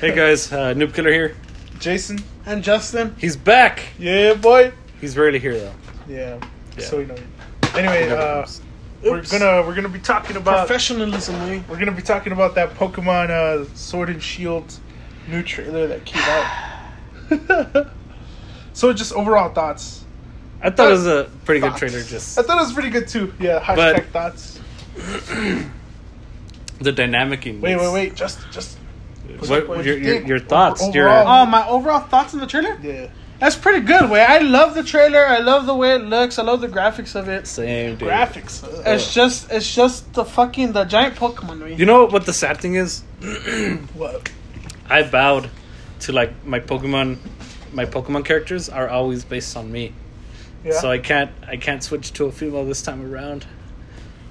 Hey guys, uh, Noob Killer here. Jason and Justin. He's back. Yeah, boy. He's rarely here though. Yeah. Yeah. So we know. Anyway, Never uh, comes. we're Oops. gonna we're gonna be talking about Professionalism, eh? Lee. we're gonna be talking about that Pokemon uh, Sword and Shield new trailer that came out. so just overall thoughts. I thought it was a pretty good Thoughts. trailer. Just I thought it was pretty good too. Yeah. Hashtag But- thoughts. the dynamic in Wait, this. wait, wait. Just, just. What, What'd your, you your, think? your thoughts? Over- your overall? Oh, my overall thoughts on the trailer? Yeah. That's pretty good, way. I love the trailer. I love the way it looks. I love the graphics of it. same dude. Graphics. Uh, It's just, it's just the fucking the giant Pokemon. eh? Way. You know what the sad thing is? what? I bowed to like my Pokemon. My Pokemon characters are always based on me, Yeah. so I can't I can't switch to a female this time around.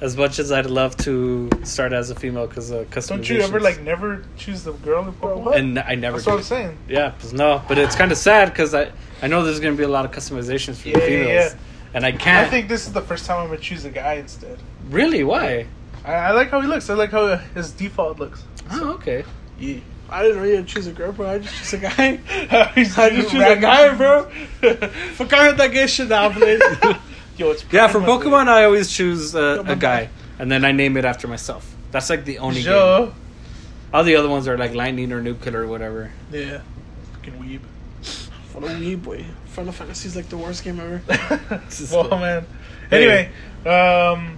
As much as I'd love to start as a female because uh, customization. Don't you ever like never choose the girl in Pokemon? And I never. That's what do. I'm saying. Yeah, 'cause no, but it's kind of sad because I I know there's gonna be a lot of customizations for Yeah, the yeah, females, yeah. and I can't. I think this is the first time I'm gonna choose a guy instead. really why? I, I like how he looks. I like how his default looks. Oh, okay. Yeah. I didn't really choose a girl, bro. I just choose a guy. He's I just choose a guy, bro. Fuck out that gay shit now, please. Yo, it's Yeah, for Prima, Pokemon, I always choose uh, a Pokemon. guy, and then I name it after myself. That's like the only dude. game. Yo. All the other ones are like Lightning or Nuke Killer or whatever. Yeah. Fucking weeb. What a wee boy. Final Fantasy is like the worst game ever. is well, great. man. Hey. Anyway, um,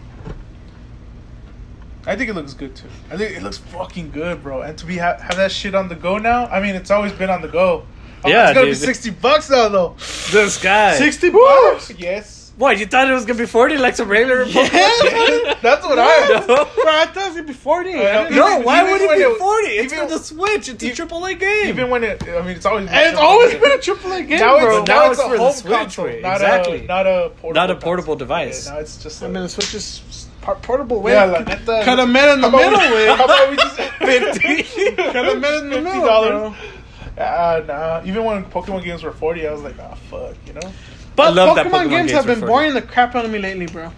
I think it looks good too. I think it looks fucking good, bro. And to be ha- have that shit on the go now. I mean, it's always been on the go. Oh, Yeah, it's gonna be dude. sixty bucks now, though. This guy. Sixty bucks. Yes. What you thought it was gonna be forty, like some regular? Yeah. Pokemon? That's what I. No. bro, I thought it would be 40. Oh, Yeah. No, Even- why even would it when be it- forty? It's even- for the Switch. It's a even- triple A game. Even when it, I mean, it's always. And it's always been a AAA game, now bro. It's, Now now, it's it's, for the a home Switch, console, right? not Exactly. a not a portable Not a console. portable device. Yeah, now it's just. I a- mean, the Switch is part- portable, way. yeah, like, get the- Cut a man in the how about middle, we- way. How about we just fifty? Cut a man in the middle, bro. Uh, nah. Even when Pokemon games were forty, I was like, ah, fuck, you know. I But love that Pokemon, Pokemon games games have were been fun. boring the crap out of me lately, bro.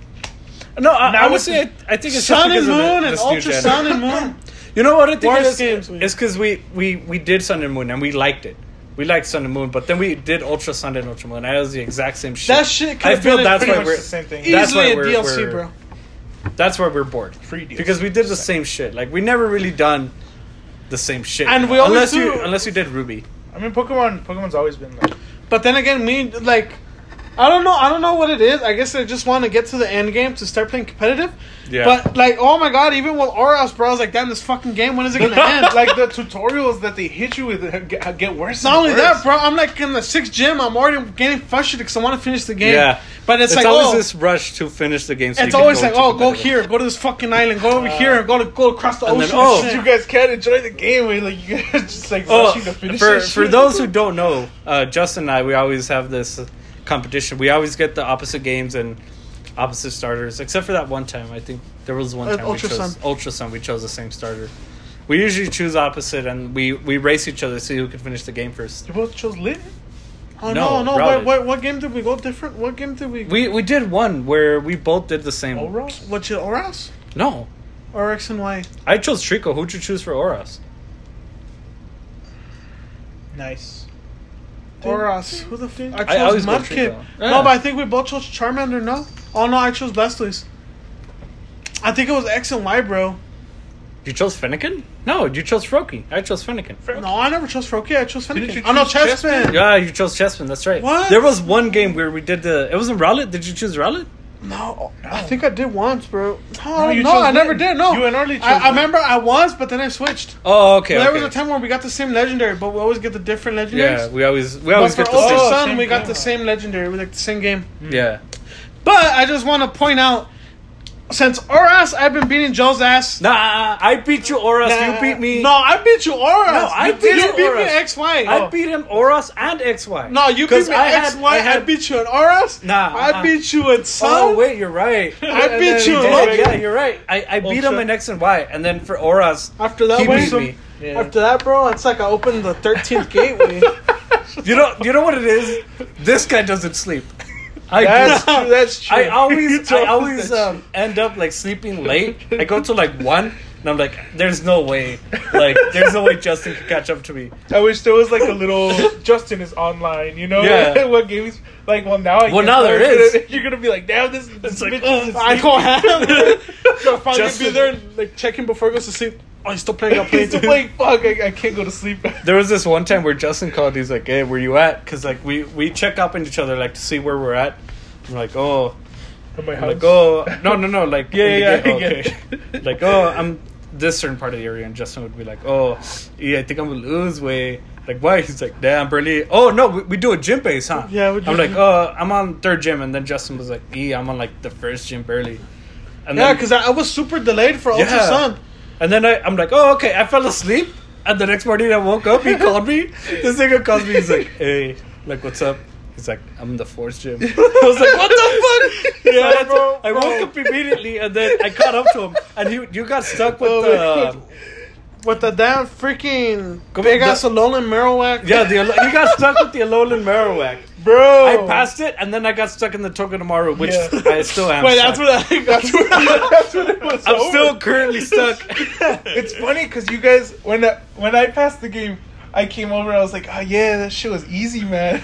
No, I, Now I would it's- say I, I think it's Sun just because of and the- Moon and this new Ultra gen. Sun and Moon. You know what I think Worst it is? games we- It's because we, we we did Sun and Moon and we liked it. We liked Sun and Moon, but then we did Ultra Sun and Ultra Moon. and That was the exact same shit. That shit could I have feel been a that's pretty why much we're the same thing. That's why easily a we're, DLC, we're- bro. That's why we're bored Free DLC. because we did the same shit. Like we never really done the same shit. And we always unless you do- unless you did Ruby. I mean, Pokemon. Pokemon's always been like. But then again, me like, I don't know, I don't know what it is. I guess I just want to get to the end game to start playing competitive. Yeah. But like, oh my god, even with Oros, bro, I was like, damn, this fucking game, when is it gonna end? Like, like the tutorials that they hit you with uh, get, get worse. not and only worse. that, bro, I'm like in the sixth gym, I'm already getting frustrated because I want to finish the game. Yeah. But it's, It's, like, always oh, this rush to finish the game. So you it's can always go like, to oh, go competitive. Uh, here, go to this fucking island, go over here, go to go across the and ocean. then, and oh, shit. You guys can't enjoy the game. Where, like you guys just like Oh, rushing to finish for this for shit. those who don't know, uh, Justin and I, we always have this competition. We always get the opposite games and opposite starters, except for that one time. I think there was one Uh, time Ultra we chose Sun. Ultra Sun. We chose the same starter. We usually choose opposite, and we we race each other to see who can finish the game first. you both chose Lynn. oh no, no, no, routed. what, what, what game did we go different? What game did we? We we did one where we both did the same. Oros. what did Oros? No, Or X and Y? I chose Trico. Who'd you choose for Oros? Nice. Oros. Who the fuck? I I chose always go Mudkip. Trico. No, Yeah. but I think we both chose Charmander, no? Oh no, I chose Blastoise. I think it was X and Y, bro. You chose Finnegan? No, you chose Froakie. I chose Finnegan. No, I never chose Froakie. I chose Didn't you Fennekin. Oh no, choose Chespin. Chespin? Yeah, you chose Chessman. That's right. What? There was one game where we did the. It wasn't Rowlet. Did you choose Rowlet? No, No. I think I did once, bro. No, no, you chose I never Lin. did. No, You and Arlie chose I, I Lin. remember I was, but then I switched. Oh, okay. there okay. was a time where we got the same legendary, but we always get the different legendaries. Yeah, we Oh, always we But always for get same- Ultra the Sun, same we got game. the same legendary. We like the same game. same. Yeah, But I just want to point out, since Oras, I've been beating Joe's ass. nah, I beat you, Oros. Nah. you beat me. No, I beat you, Oras. No, I You beat you, beat me Oras. X Y. Oh. I beat him, Oros, and XY. no, you 'Cause beat me I had- X Y. I I had- beat you in Oras. Nah, I uh-uh. beat you in Sun. Oh wait, you're right. I And beat then- you, Yeah, look. yeah, you're right. I, I beat him Ultra. in X and Y, and then for Oros, After that, he way, beat me. Yeah. after that, bro, it's like I opened the thirteenth gateway. You know, you know what it is. This guy doesn't sleep. I That's do. true. That's true. I always, told I us always that um, end up like sleeping late. I go to like one, And I'm like, there's no way. Like, there's no way Justin could catch up to me. I wish there was like a little Justin is online, you know? Yeah. what games? Like, well, now I Well, guess now there you're is. Gonna, you're gonna be like, damn, this, this It's like, "Oh, bitch is I asleep. can't have it. So if I'm gonna be Justin- there and like check him before he goes to sleep. Oh, he's still playing. I'm playing. He's just like, fuck, I, I can't go to sleep. There was this one time where Justin called. He's like, "Hey, where you at?" Because like we we check up on each other like to see where we're at. I'm like, "Oh, At my I'm house. like, oh, no, no, no, like Yeah, in the yeah, game- yeah, I okay. get it. like, oh, I'm this certain part of the area, and Justin would be like, oh, yeah, I think I'm gonna lose weight. Like, why? He's like, damn, barely. Oh no, we, we do a gym base, huh? Yeah, we do I'm like, gym- oh, I'm on third gym, and then Justin was like, yeah, I'm on like the first gym barely. And Yeah, then- because I, I was super delayed for Ultra Yeah. Sun. and then I, I'm like, oh, okay, I fell asleep. And the next morning I woke up, he called me. This nigga calls me, he's like, hey, like, what's up? He's like, I'm in the fourth gym. I was like, what the fuck? Yeah, that's- Bro, I woke up immediately and then I caught up to him. And he, you got stuck with Oh my the, God. With the damn freaking Come big on, ass the- Alolan Marowak. yeah, the, Alo- you got stuck with the Alolan Marowak. bro. I passed it and then I got stuck in the Tokenomaru, which Yeah. I still am. Wait, that's stuck. what I. That's what I. That's what it was. I'm over. still currently stuck. It's funny because you guys, when I, when I passed the game, I came over. I was like, oh yeah, that shit was easy, man.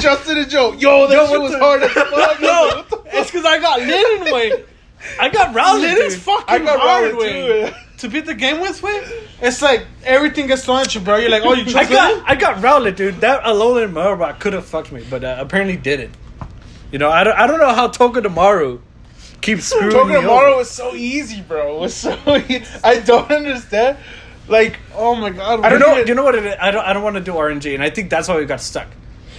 Justin and Joe, yo, that Yo, shit what was the- hard as fuck. No, What the it's because I got Lin in way. I got rounded. Lin is dude. fucking I got hard rounded way. too. To beat the game with way, it's like everything gets thrown at you, bro. You're like, oh, you I chose Lin? got I got Rowlet, dude. That Alolan Marowak could have fucked me, but uh, apparently didn't. You know, I don't, I don't know how Tokidamaru keeps screwing Talking me tomorrow over. was so easy, bro. It was so easy. I don't understand. Like, Oh my god. I don't we know. did- You know what? It is? I don't I don't want to do RNG, and I think that's why we got stuck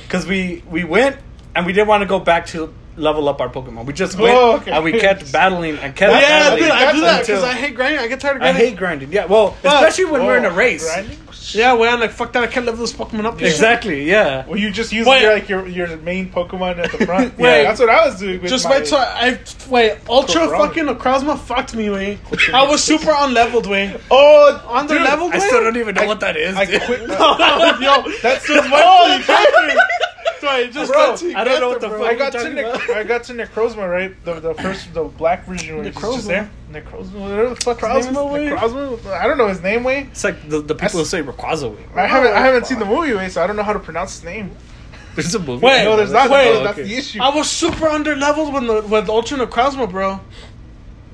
because we we went and we didn't want to go back to level up our Pokemon. We just went Oh, okay. and we kept battling and kept Yeah, battling. dude, I do that until- because I hate grinding. I get tired of I grinding. hate grinding. Yeah, well, especially when we're in a whoa, race. Oh, grinding? Yeah, well, I'm like, fuck that. I can't level this Pokemon up. Exactly. Yeah. Well, you just use Wait. your, like your your main Pokemon at the front. Wait. yeah, that's what I was doing. With Just my, wait till I, I wait. Ultra Corona. fucking Akrasma fucked me, way. I was super unleveled, way. oh, On the dude, level, I way. still don't even know what that is. I dude. quit. Oh, Yo, that's just my oh, you got me. Sorry, just Bro, got to I don't know what the bro. fuck I you got to talking Nec- about? I got to Necrozma right the the first the black version when Necrozma. Necrozma. just there Necrozma whatever the fuck his name is. Necrozma, wait. Necrozma I don't know his name way It's like the, the people That's- say Rayquaza. wing. I haven't I haven't seen the movie way so I don't know how to pronounce his name There's a movie. Oh, Wait, no there's not Wait, no, that's okay. the issue I was super underleveled when the with Ultra Necrozma, bro.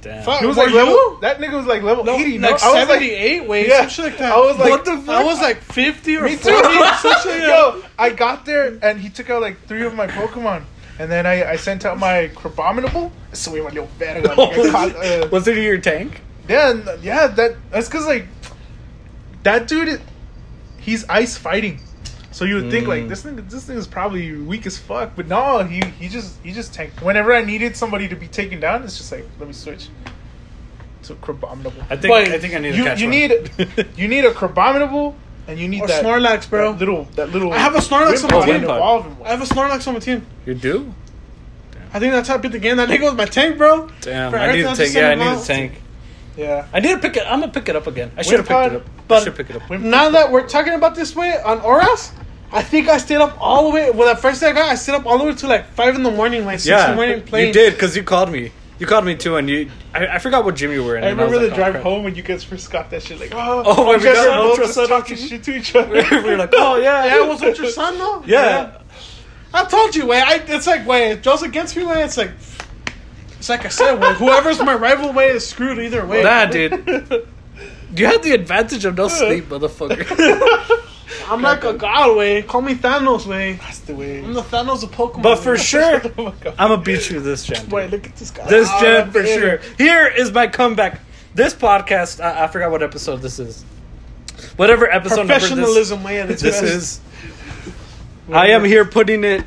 Damn. Fuck. He was Were like level. you? That nigga was like level No, eighty. like no? I was seventy eight, wait, Yeah. some shit like that. I was like- what the fuck? I was like fifty or Like, me too. forty. some shit, yeah. Yo, I got there and he took out like three of my Pokemon, and then I, I sent out my Crabominable. So we went little better. Like, I caught, uh, Oh, was it in your tank? then yeah, that that's because like that dude, is- he's ice fighting. So you would think like Mm. this thing, this thing is probably weak as fuck, but no, he he just he just tanked. Whenever I needed somebody to be taken down, it's just like let me switch to Crabominable. I think Wait, I think I need to you, catch you one. need you need a crabominable and you need Or that Snorlax, bro. That little that little. I have a Snorlax Wimpod on my and team. a Walvin. I have a Snorlax on my team. you do? I think that's how I beat the game. That nigga was my tank, bro. Damn, For I need Earth, a I'll tank. just Yeah, I send him need a out. tank. Yeah. I need to pick it. I'm gonna pick it up again. I should have picked Wimpod, it up. I but- should pick it up. Wimp- Now that we're talking about this way on Oras, I think I stayed up all the way. Well, the first day I got, I stayed up all the way to like five in the morning, like six in the morning playing. you did because you called me. You called me too, and you. I, I forgot what gym you were in. I and was remember the like, drive crap. home when you guys first got that shit. Like, Uh, oh, Oh, when you we guys got are both Ultra just Sun talking Ultra- shit to each other. we were like, oh yeah, Yeah, it was with your son though. yeah. I told you, way. I, it's like way. If Joe's against me, way. It's like, it's like I said, way. Whoever's my rival, way is screwed either way. Nah, dude. You had the advantage of no sleep, motherfucker. I'm like a god, way. Call me Thanos, way. That's the way. I'm the Thanos of Pokemon. but for way. sure, Oh my God. I'm gonna beat you this gen. dude. Wait, look at this guy. This Ah, gen for man. sure. Here is my comeback. This podcast, I, I forgot what episode this is. Whatever episode number this- Professionalism, way. This, this, is. I am here putting it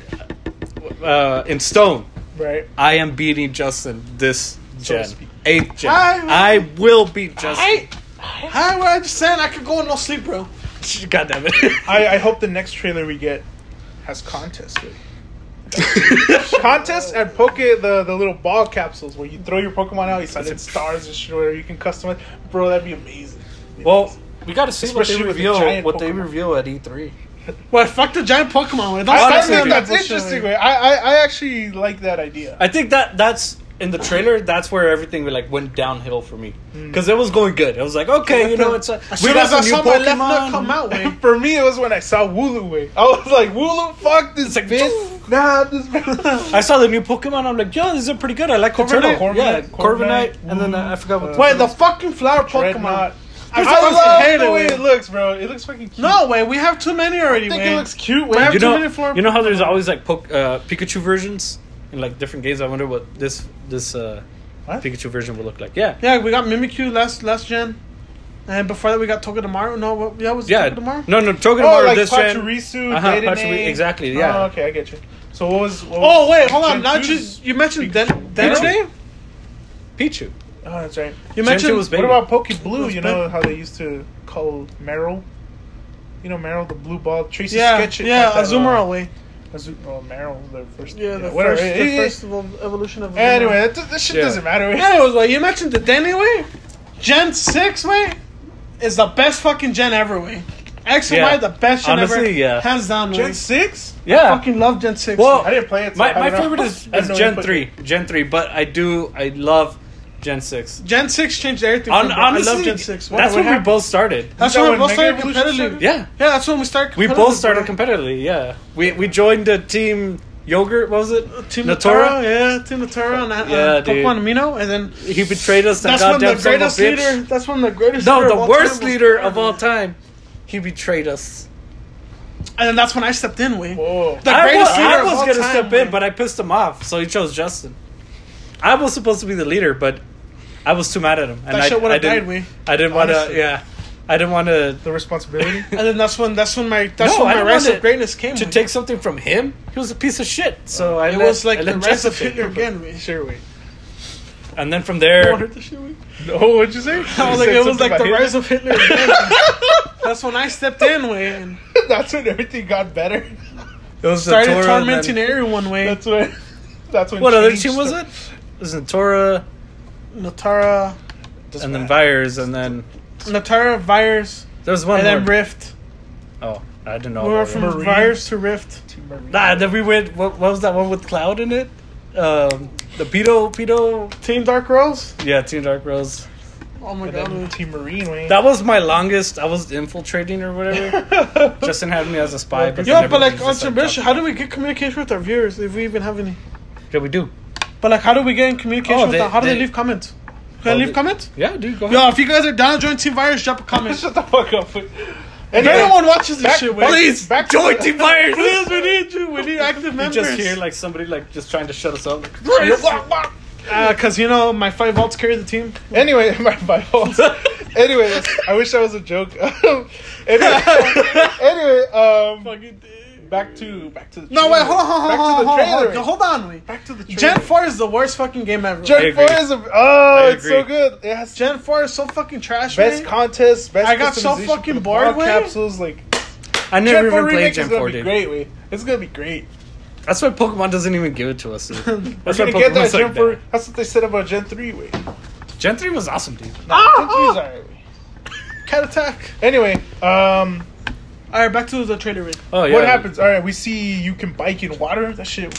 uh, in stone. right. I am beating Justin this So to gen. speak. Eighth gen. I- I will beat Justin. I, I, what I just said, I could go and no sleep, bro. God damn it. I, I hope the next trailer we get has contest. With. contest and poke the, the little ball capsules where you throw your Pokemon out, you send it stars and shit, whatever you can customize. Bro, that'd be amazing. well, we gotta see what they Especially with the reveal. giant what they Pokemon. reveal at E three. Wait, fuck the giant Pokemon. Wait, don't I start thought Honestly, me on that- that that's bullshit, interesting. way. Way. I, I I actually like that idea. I think that that's in the trailer, that's where everything like went downhill for me because it was going good. I was like, okay, you know, Hmm. it's a, As we soon got as I some new saw my left nut Pokemon. come out, way. For me, it was when I saw Wooloo Way. I was like, Wooloo, fuck this like, bitch. Nah, this bitch. I saw the new Pokemon. I'm like, yo, these are pretty good. I like the Corviknight, turtle. Corviknight, yeah, Corviknight, Corviknight, and then uh, I forgot what. uh, Wait, the fucking flower Pokemon. Dreadnought. I I fucking hate love it, the way way. it looks, bro. It looks fucking cute. No, way. We have too many already, I think way. it looks cute. We Way. have you too know, many flower you know how there's always like po- uh, Pikachu versions in like different games. I wonder what this this uh, What? Pikachu version would look like. Yeah, Yeah, we got Mimikyu last last gen, and before that we got Togedemaru. No, what, yeah, was it yeah. Togedemaru? No, no, Togedemaru Oh, like this gen. Pachirisu, Uh-huh, Dedenne. Pachiri- exactly, yeah. Oh, okay, I get you. So what was? What Oh was- wait, hold on. Gen Now two's- just you mentioned Den- Pikachu. Dedenne. Pichu. Oh, that's right. You Gen mentioned two was What Baby. about Poke Blue? Those You know big- how they used to call Meryl? You know Meryl, the blue ball. Tracy yeah, sketch it. yeah, like that. uh, Azumarill way. Azu- oh, Meryl, the first. Yeah, the whatever. first, the Eh, eh, first evol- evolution of. Anyway, Azumarill. that, that shit Yeah. doesn't matter. yeah, it was like you mentioned the Dedenne way. Gen six way is the best fucking gen ever way. X and Yeah. Y the best gen ever, Honestly, yeah. hands down. way. Gen six. Yeah. fucking love Gen six. Well, way. I didn't play it. so My, I my don't know. favorite is, I have is no Gen input. three, Gen three, but I do I love Gen six. Gen six changed everything. Hon- for me. honestly, I love Gen six. way. that's what when we happened? both started. That's that when we when both Mega started Evolution competitively. started? Yeah, Yeah, that's when we started. we both started competitively. competitively, Yeah, we we joined the team yogurt. What was it? bro. Team Natura? Natara, yeah, Team Natara, and uh, Yeah, dude. Pokemon Amino, and then He betrayed us. that's that when the goddamn son of a greatest bitch. leader. That's when the greatest. No, leader of the all worst time was leader Natara. of all time. He betrayed us. And then that's when I stepped in. Way Whoa. The I was, greatest leader I of was all gonna time, step man. in, but I pissed him off, so he chose Justin. I was supposed to be the leader, but I was too mad at him, and That I, shit would've I didn't. died, we. I didn't want to. Honestly. Yeah, I didn't want to the responsibility. and then that's when that's when my that's No, when I my don't rise want of it greatness came. to way. take something from him. He was a piece of shit. So I Hmm. it let- was I like let the rise Justin of take Hitler it. again. way. sure way. And then from there, Oh, what'd you say? I was like, it was like the rise of Hitler. Again. that's when I stepped in. Way and That's when everything got better. it was started Natura and tormenting then- everyone. Way That's when. That's when. What other change team was it? started. It was Natura Natara, and then Vires, and then Natara, Virus, there was one and then more. Rift. Oh, I didn't know. We were about from that. Marine. Virus to Rift. Team Marine. Nah, then we went. What, what was that one with Cloud in it? Um, the pedo, pedo. Team Dark Rose? Yeah, Team Dark Rose. Oh my And god. then man. Team Marine. Wayne. That was my longest. I was infiltrating or whatever. Justin had me as a spy, but Yeah, then but like, everyone was just, on Bishop, dropped- how do we get communication with our viewers if we even have any? Yeah, we do. But like, how do we get in communication Oh, with they- them? How do they, they- leave comments? Can Oh, I leave they- comments? Yeah, dude, go ahead. Yo, if you guys are down to join Team Virus, drop a comment. if Shut the fuck up. Anyway, anyone watches this Back- shit, back- wait. Please, back to join the- Team Fires. Please, we need you. We need active You members. just hear like somebody like just trying to shut us up. uh, cause you know my five volts carry the team. Anyway, my, my fault. anyway, that's- I wish that was a joke. anyway, anyway, um, back to back to the No, wait, trailer. hold on, hold on, back to the hold on, hold on, hold trailer. on, hold on, wait. Back to the trailer. Gen Four is the worst fucking game ever. I Gen agree. Four is a, oh, I it's so agree. good. It has Gen Four is so fucking trash. best man. contest. Best I got so customization for fucking the bored, ball Wayne. Capsules like I never Gen Four even played remake Gen is gonna 4, be dude. great. Wayne. It's gonna be great. That's why Pokemon doesn't even give it to us. Dude. That's We're why gonna get that Pokemon's Gen like Four. that. That's what they said about Gen Three. Wayne. Gen 3 was awesome, dude. No, Ah! Gen Three is alright. Wayne. Cat attack. Anyway, um, All right, back to the trailer. Wait. Oh yeah. what happens? All right, we see you can bike in water. That shit.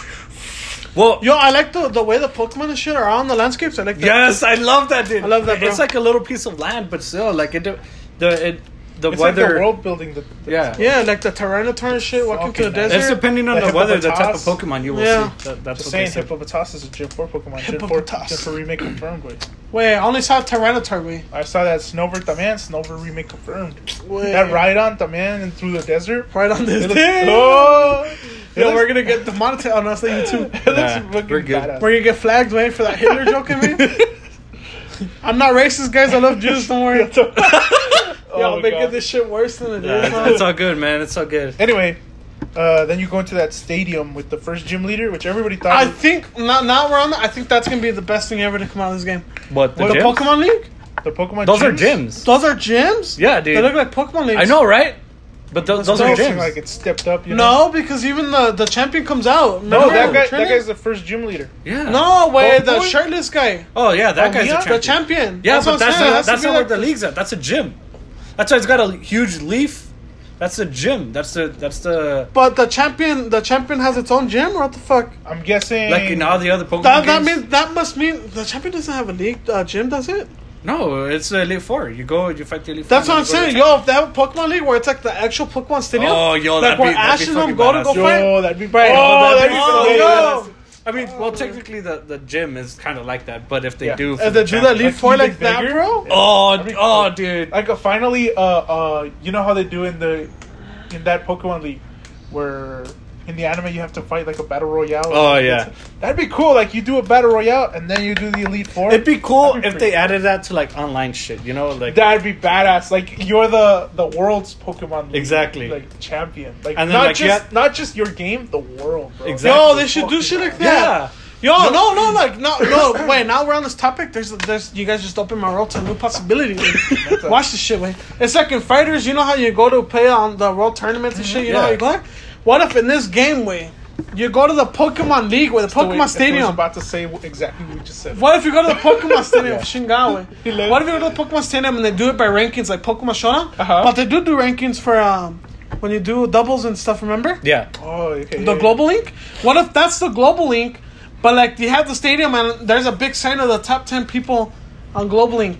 Well, Yo, I like the the way the Pokemon and shit are on the landscapes. I like that. Yes, I love that, dude. I love that, bro. It's like a little piece of land, but still, like it, the it, the It's weather. like the world building. That, that- yeah. Yeah, like the Tyranitar and shit walking to the Fucking nice. It's desert. depending on The the, weather, the type of hippopotas. Pokemon you will Yeah. see. That, that's Just what saying, they said. Hippopotas is a Gen 4 Pokemon. Gen 4, Hippopotas. Gen 4 remake confirmed. Wait. Wait, I only saw Tyranitar. Wait, I saw that Snover Taman, Snover remake confirmed. wait. That ride on Taman and through the desert. right on this. It looks, thing. oh, it Yo, looks- we're gonna get demonetized on us on YouTube. It looks Nah, fucking we're good. badass. We're gonna get flagged waiting for that Hitler joke in me. I'm not racist, guys. I love Jews. Don't worry. Y'all Oh my making God. this shit worse than it Yeah, is. Oh, it's, it's all good, man. It's all good. Anyway, uh, then you go into that stadium with the first gym leader, which everybody thought. I was- think now, now we're on. The, I think that's gonna be the best thing ever to come out of this game. What the, The gyms? Pokemon League. the Pokemon. Those are gyms. Those are gyms. Yeah, dude. They look like Pokemon leagues. I know, right? But th- those Those are seem gyms. Like it's stepped up. You know? No, because even the the champion comes out. No, Remember that guy. training? That guy's the first gym leader. yeah. No way, Both the boys? shirtless guy. Oh yeah, that guy's yeah? a The champion. The champion. Yeah, but what I'm that's not, saying. It has to that's be not like where the league's at. That's a gym. That's why it's got a huge leaf. That's the gym. That's the that's the But the champion, the champion has its own gym. What the fuck? I'm guessing. like in all the other Pokemon That, that games. means that must mean the champion doesn't have a league uh, gym, does it? no, it's the Elite Four. You go, you fight the Elite That's Four. what I'm and you go to saying. the Yo, if they have a Pokemon league where it's like the actual Pokemon Stadium, Oh, yo, like that'd where be- that'd Ash be and them fucking go to go badass. fight. Yo, that'd be Right. Oh, Oh, that'd be that'd fucking be badass. yo. I mean, well, technically the, the gym is kind of like that, but if they Yeah. do, for If they the do that champion- lead four even like that, bigger? bro. oh, That'd be oh, cool. dude, Like uh, finally, uh, uh, you know how they do in the in that Pokemon League, where in the anime you have to fight like a battle royale. Oh, yeah. that'd be cool. Like you do a battle royale and then you do the Elite 4 it'd be cool That'd be if pretty- they added that to like online shit. You know, like That'd be badass. Like you're the the world's Pokemon League, Exactly. like champion. Like And then, not like, you just have- not just your game, the world. Bro. Exactly. Yo, they should do shit like yeah. that. Yo, no, no, like, no, no. Wait, now we're on this topic. There's, there's, you guys just opened my world to new possibilities. Watch this shit, wait. It's like in fighters. You know how you go to play on the world tournaments and shit. You know how Mm-hmm. yeah. you go. What if in this game, way, you go to the Pokemon League or the So wait, I Pokemon was Stadium? about to say wh- exactly what you just said. What if you go to the Pokemon Stadium Yeah. of Shingawa? Hello. What if you go to the Pokemon Stadium and they do it by rankings, like Pokemon Shona? Uh-huh. But they do do rankings for um, when you do doubles and stuff. Remember? yeah, Oh, okay. The global link? What if that's the global link, but like you have the stadium and there's a big sign of the top ten people on global link?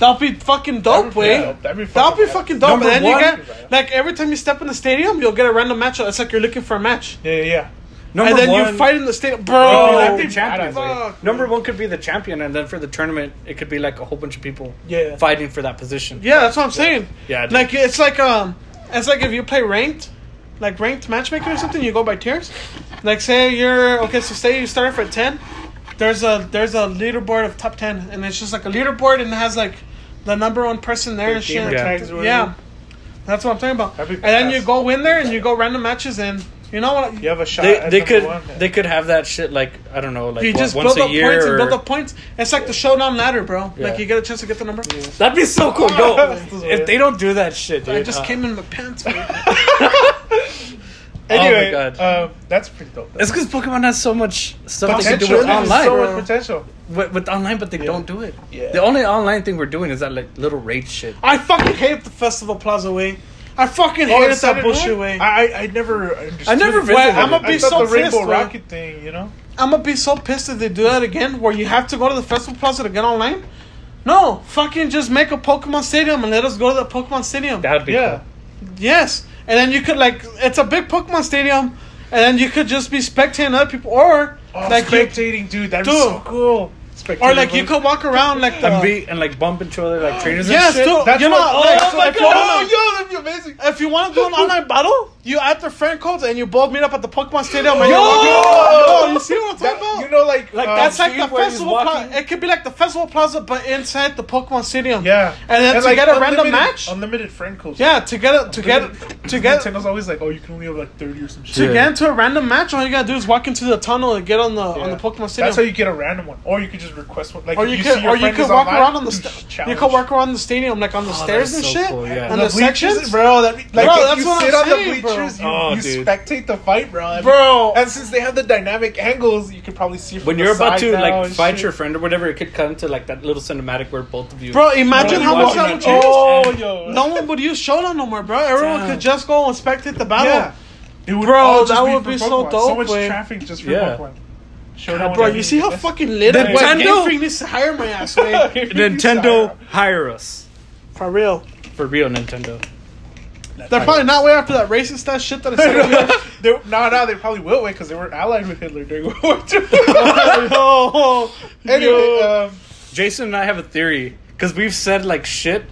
That'll be fucking That'd dope, be way. pretty dope. That'd be That'll fucking be dope. fucking dope. Number and then you one- get like every time you step in the stadium, you'll get a random matchup. It's like you're looking for a match, Yeah, yeah, yeah. number and then one, you fight in the stadium, Oh, bro. that'd be champion. Fuck. Number one could be the champion, and then for the tournament, it could be like a whole bunch of people Yeah. fighting for that position. Yeah, that's what I'm saying. Yeah, dude. like it's like um, it's like if you play ranked, like ranked matchmaking or something, you go by tiers. Like say you're okay, so say you start off at ten. There's a there's a leaderboard of top ten, and it's just like a leaderboard, and it has like the number one person there and shit. gamer Yeah. tags or whatever. that's what I'm talking about. That'd be And then you badass. go in there and you go random matches, and you know what? You have a shot. They, at they number could one, yeah. they could have that shit like I don't know like You what, just once build up a year points and or- build up points. It's like the showdown ladder, bro. Yeah. Like you get a chance to get the number. that'd be so cool yo This if is weird. they don't do that shit dude, I just uh, came in my pants. man. Anyway, Oh my God. um, that's pretty dope. it's because Pokemon has so much stuff they can do potential. with There's online so bro. much potential. with, with online but they don't do it Yeah. the only online thing we're doing is that like little raid shit I fucking hate the festival plaza way. I fucking Oh, hate is that it bullshit annoying? way. I I, I I never understood. never it. visited Well, I'm it. gonna be I so thought the the rainbow Rainbow rocket thing, you know. am gonna be so pissed if they do that again, where you have to go to the festival plaza to get online. No, fucking just make a Pokemon Stadium and let us go to the Pokemon Stadium. that'd be Yeah, Yes, and then you could like it's a big Pokemon Stadium, and then you could just be spectating other people, or oh, like you, spectating, dude. That's Dude. so cool. Spectating or like you mode. could walk around like cool the. and Uh, be and like bump into other like trainers Yes, and shit dude. That's you know, what- oh, like, oh so my if you God. wanna- Oh, yo, that'd be amazing. If you want to do an online battle, you add the friend codes and you both meet up at the Pokemon Stadium. And Yo! you're walking- Yo, you see what That- I'm talking about? you know, like Like, um, That's like street the where he's festival. Pla- walking. it could be like the festival plaza, but inside the Pokemon Stadium. yeah, And then to like, get a random unlimited- match. unlimited friend codes. yeah, to get a, to get to get Nintendo's always like, oh, you can only have like thirty or some shit. to Yeah. get into a random match. All you gotta do is walk into the tunnel and get on the on Yeah. the Pokemon Stadium. That's how you get a random one, or you could just request one. Like, or if you, see could your or you friend could is walk online, around on the do sta- you challenge. could walk around the stadium like on the Oh, stairs that and is so shit. cool, yeah. And The the, bleachers, sections, bro. That be, like Bro, if that's you what sit I'm on saying, the bro. bleachers, you, Oh, you dude. spectate the fight, bro. I mean, Bro. and since they have the dynamic angles, you could probably see from when the you're about side to now like and fight shit. your friend or whatever it could come to like that little cinematic where both of you Bro, imagine Bro, how you much watching that it. would change. Oh, yo. No one would use Showdown no more, bro. Everyone Damn. could just go and spectate the battle. yeah. It would Bro, all just that for would be so Pokemon. So dope, much man. traffic just for Yeah. Pokemon. Show that Bro, one you see how every- fucking lit Nintendo- I was? Game Freak needs to hire my ass, man. Nintendo hire us For real. for real Nintendo They're probably not way after that racist ass shit that I said. No, no, they probably will wait because they were allied with Hitler during World War II. Oh. no. anyway, um, Jason and I have a theory because we've said like shit,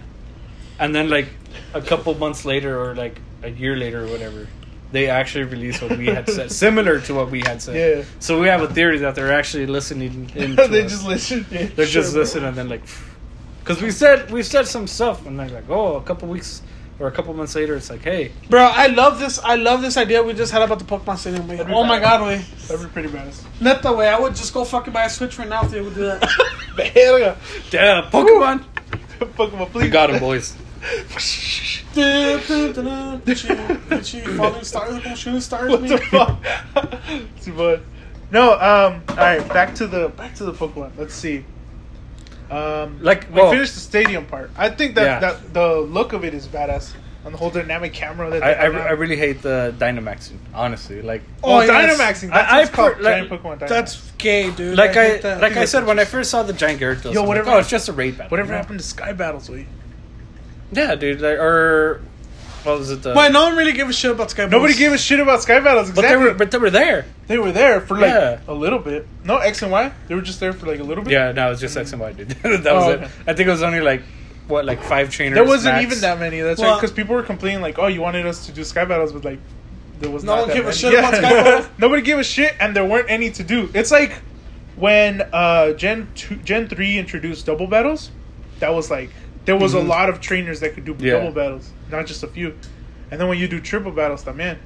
and then like a couple months later or like a year later or whatever, they actually release what we had said, similar to what we had said. Yeah. So we have a theory that they're actually listening. In to they us. just listened. Yeah, they're just sure, bro. listening and then like, because we said we said some stuff and they're like, oh, a couple weeks or a couple months later, it's like, hey, Bro, I love this. I love this idea we just had about the Pokemon Stadium. man. That'd be Oh my badass. god, way. That'd be pretty badass. Not the way. I would just go fucking buy a Switch right now if they would do that. Hell yeah. yeah, Pokemon, Pokemon, please. we got him, boys. Falling stars, I'm shooting stars. What the fuck? Too much. No. Um. All right. Back to the back to the Pokemon. Let's see. Um. Like, we well- finished the stadium part. I think that oh. Yeah. that the look of it is badass. on the whole dynamic camera that I, I, they have now. I really hate the Dynamaxing, honestly. Like, oh, Oh, yes. Dynamaxing. That's I- what it's I've called. heard, like, Giant Pokemon Dynamax. That's gay, dude. like hate I, that. like I said when I first saw the giant Gyarados, Yo, I'm whatever- Like, oh, it's just a raid battle. whatever you know? happened to Sky Battles. Wait. Yeah, dude. Like, or what was it? The, But no one really gave a shit about Sky. Nobody gave a shit about Sky Battles. but Exactly. they were, but they were there. They were there for like Yeah. a little bit. No X and Y. They were just there for like a little bit. Yeah, no, it was just X and Y, dude. that was Oh, it. okay. I think it was only like what, like five trainers. There wasn't max. even that many. That's Well- right. Because people were complaining like, "Oh, you wanted us to do Sky Battles," but like, there was No not one that gave a many. shit about Sky Battles. Nobody gave a shit, and there weren't any to do. It's like when uh, Gen two, Gen three introduced double battles. That was like there was Mhm. a lot of trainers that could do Yeah. double battles, not just a few. And then when you do triple battles, that man,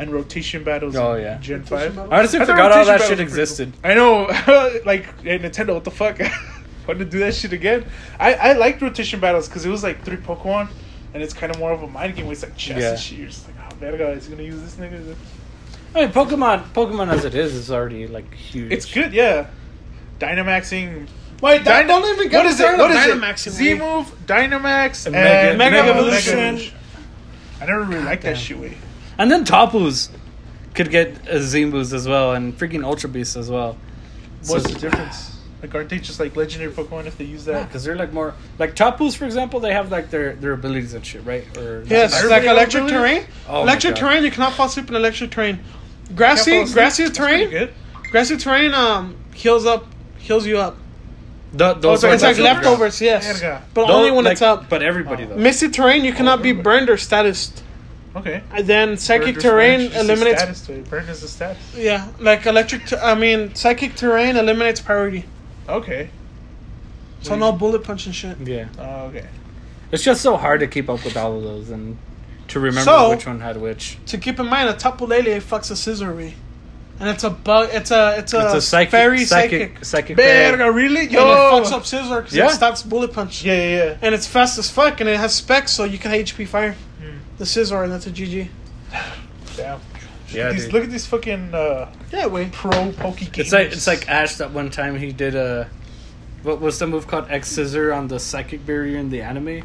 and rotation battles. Oh, in yeah. Gen Rotation five. battles? I honestly I thought forgot all rotation that battles shit were pretty cool. existed. I know, like hey, Nintendo, what the fuck? Want to do that shit again? I I liked rotation battles because it was like three Pokemon, and it's kind of more of a mind game. Where it's like chess Yeah. and shit. You're just like, oh, verga, is he gonna use this nigga? I mean, Pokemon, Pokemon as it is, is already like huge. It's good, yeah. Dynamaxing. Wait, that, Dyna- don't even get what me is it? started What on is Dynamax it? in Z me. move, Dynamax, and And Mega- Mega Mega Evolution. I never really liked damn. that shit. Way. And then Tapu's could get uh, Zimbus as well, and freaking Ultra Beasts as well. What's So- the difference? Like, aren't they just like legendary Pokemon if they use that? because they're like more like Tapu's, for example. They have like their their abilities and shit, right? Or Yes, Everybody like knows electric really? terrain. Oh my electric God. terrain, you cannot fall asleep in electric terrain. Can't fall Grassy, asleep. grassy That's pretty terrain, good. grassy terrain um heals up, heals you up. Th- those Oh, are It's like Leftovers. leftovers, yes, Verga. but Those- only when like, it's up. But everybody though. Misty terrain, you cannot be burned or statused. Okay. And then psychic Burner's terrain Burner's just a eliminates. status to it. Burner's a status. Yeah, like electric. Ter- I mean, psychic terrain eliminates priority. Okay. So no bullet punch and shit. yeah, Oh, okay. it's just so hard to keep up with all of those and to remember So- which one had which. So keep in mind, a tapulele fucks a scissory, and it's a bug. It's a it's a, It's a psychic, very psychic, psychic. psychic. Berga, really? And it fucks up scissor because Yeah. it stops bullet punch. Yeah, yeah, yeah. And it's fast as fuck, and it has specs, so you can HP fire Hmm. the scissor, and that's a GG. Damn. Yeah, These- dude. look at these fucking uh, Yeah, way. pro pokey It's games. like it's like Ash that one time he did a what was the move called X Scissor on the psychic barrier in the anime?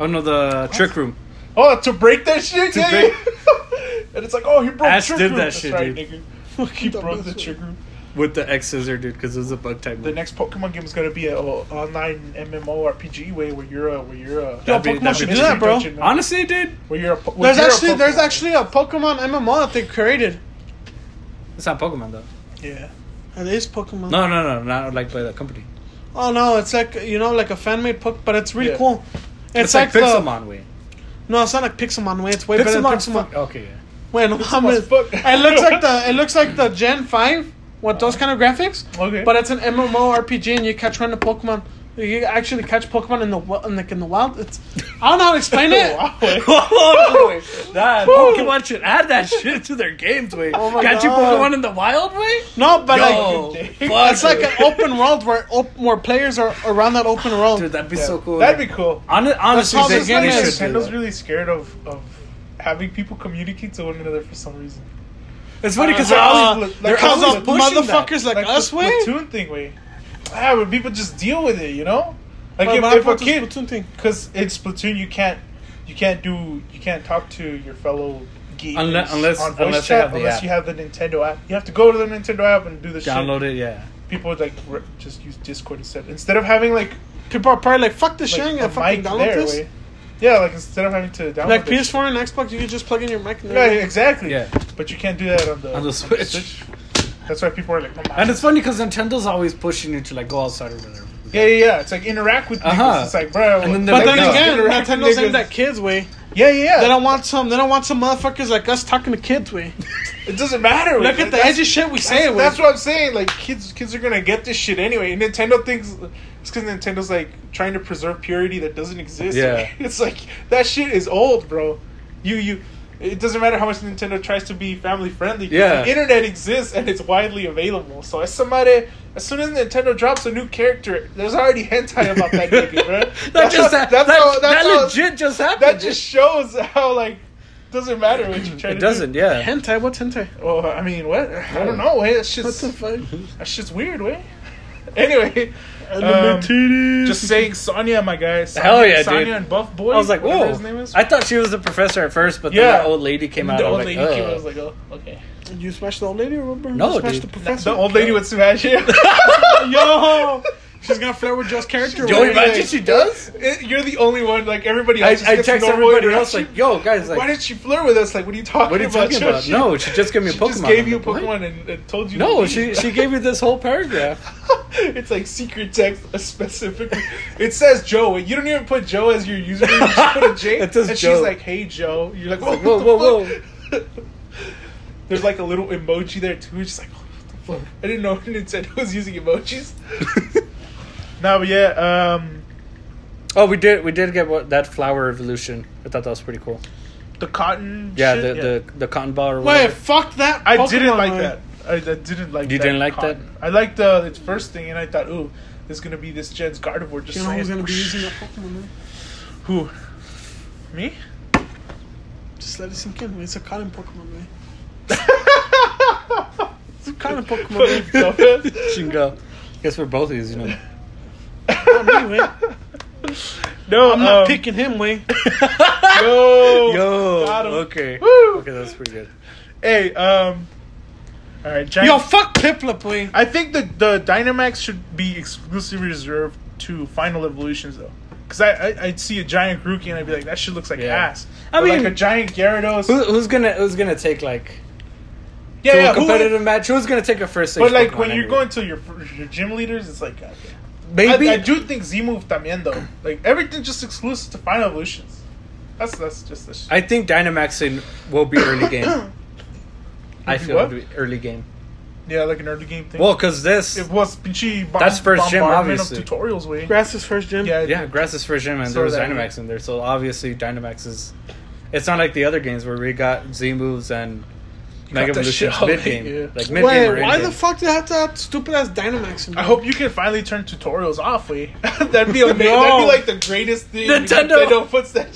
Oh no, the Trick Room. oh, to break that shit? To yeah, break- yeah. and it's like, oh, he broke Ash trick did room. that That's shit, right, dude. nigga. He Fucking broke the dumbass. trick room. with the X scissor, dude, because it was a bug type. The move. next Pokemon game is gonna be an online MMORPG way where you're a where you're a. That'd be- Pokemon that'd should be do that, bro. dungeon, man. Honestly, dude, Where you're a. po- where There's you're a actually there's Pokemon. actually a Pokemon MMO that they created. it's not Pokemon though. Yeah. It is Pokemon. No, no, no, not like by that company. Oh no, it's like you know like a fan made Pokemon, but it's really Yeah. cool. It's, It's, like, the- Pixelmon way. no, it's not like Pixelmon. Wait, it's way better than Pixelmon's Pixelmon. fuck- Okay, yeah. Wait, no, I'm Pixelmon's fuck. it looks like the it looks like the Gen Five with those kind of graphics. Okay. But it's an MMORPG, and you catch random Pokemon. You actually catch Pokemon in the wi- in like in the wild. It's I don't know how to explain it. Wow. Whoa, that Pokemon should add that shit to their games. Wait, Oh my got you God. Pokemon in the wild way? No, but Yo, like fuck, it's like dude. an open world where op- where players are around that open world. dude, that'd be Yeah. so cool. That'd be cool. Hon- honestly, how they, this they game is. should do Nintendo's that. really scared of of having people communicate to one another for some reason. It's funny because Uh, they're always, like, they're how Because always of those pushing that. motherfuckers like, us, the way. platoon thing, way. Ah, when people just deal with it, you know. Like Like, if, if a what's this kid, platoon thing? because in Splatoon you can't, you can't do, you can't talk to your fellow gamers Unle- unless- on voice unless you chat have the unless app. you have the Nintendo app. You have to go to the Nintendo app and do the Download shit. it, yeah. People would like re- just use Discord instead instead of having like, People are probably like, fuck this like shit, I'm a gonna fucking mic download there. this. Way. Yeah, like instead of having to download Like it. PS4 and Xbox, you can just plug in your mic. And Yeah, everything. exactly. Yeah. But you can't do that on the On the Switch. That's why people are like, "Come on." And it's funny because Nintendo's always pushing you to like go outside or whatever. yeah, yeah, yeah. It's like interact with people. Uh-huh. It's like, bro. And then they're But like, then no. again, Interact with Nintendo's niggas. aimed at kids, way. yeah, yeah, They yeah. don't want some. They don't want some motherfuckers like us talking to kids, way. It doesn't matter. Look at the that's, edgy shit we say, That's, way. that's what I'm saying. Like kids, kids are gonna get this shit anyway. And Nintendo thinks it's because Nintendo's like trying to preserve purity that doesn't exist. Yeah. It's like that shit is old, bro. You you. It doesn't matter how much Nintendo tries to be family friendly. 'cause Yeah. The internet exists and it's widely available. So as somebody, as soon as Nintendo drops a new character, there's already hentai about that nigga, bro. that just how- hap- that, how- that how- legit just happened. that just shows how like doesn't matter what you try to it doesn't, yeah. hentai. What's hentai? do. Well, I mean, what? I don't know. Way eh? that shit's What the fuck? that shit's weird. Way. anyway, Um, titties. just saying Sonya, my guy. Sonya, Hell yeah, dude. Sonya and Buff Boy. I was like, whatever whoa. His name is. I thought she was the professor at first, but Yeah. then the old lady came out. the I was old like, lady "Ugh." came. I was like, oh, okay. You smashed the old lady, remember? No, you smashed dude. the professor. The old lady with Smash. Yo, she's gonna flirt with Joe's character. Yo, right? imagine she does. It- You're the only one. Like everybody I, else. just I gets text normal everybody else interaction. like, "Yo, guys, why like, did she flirt with us? Like, what are you talking what are you about? talking about?" No, she just gave me a she Pokemon. just gave you a I'm like, Pokemon "What?" and, and told you. to No, leave. she she gave me this whole paragraph. it's like secret text specifically. It says Joe. You don't even put Joe as your username. You just put a J. It says and Joe. she's like, "Hey Joe." You're like, "Whoa, like, whoa, what the whoa, fuck?" There's like a little emoji there too. It's just like, "What the fuck?" I didn't know Nintendo was using emojis. no, but yeah, um, oh, we did we did get what, that flower evolution. I thought that was pretty cool. the cotton. Yeah, shit, the, the the cotton ball or Wait, whatever. fuck that. I Pokemon, didn't like man. that. I, I didn't like. You that didn't like cotton. I liked the, the first thing, and I thought, "Ooh, this is gonna be this gen's Gardevoir." Just You know who's saying, gonna be using that Pokemon? Man? who? Me? Just let it sink in. It's a cotton Pokemon, man. it's a cotton Pokemon. Man. Dumbass. Shingo. Guess we're both using them. Not me, man. No, I'm not um, picking him, man. Yo, Yo, Oh, got him. okay, Woo. okay, that's pretty good. Hey, um, all right, Giant, Yo, fuck Piplup, man. I think the the Dynamax should be exclusively reserved to Final Evolutions though, because I, I I'd see a giant Grookey and I'd be like, that shit looks like Yeah. ass. I Or mean- like a giant Gyarados. Who, who's gonna who's gonna take like yeah, to yeah. a who would- competitive match? Who's gonna take a first? but stage like Pokemon when you're anyway? going to your your gym leaders, it's like, God, damn. maybe I, I do think Z move también though. Like everything just exclusive to Final Evolutions. That's that's just the shit. I think Dynamaxing will be early game. I Will be feel it'll what? be early game. yeah, like an early game thing. Well, because this, It was pinchy. Bomb- That's first gym, bombardment obviously. Of tutorials way. Grass's first gym. Yeah, yeah, grass is for gym, and So there was that- Dynamax in there, so obviously Dynamax is. It's not like the other games where we got Z moves and Mega that shit Evolutions all mid game, day, yeah. like mid game or Wait, end why game. the fuck did I have to have stupid ass Dynamax? In I there? hope you can finally turn tutorials off. way. that'd be amazing. No. That'd be like the greatest thing. Nintendo. Nintendo puts that.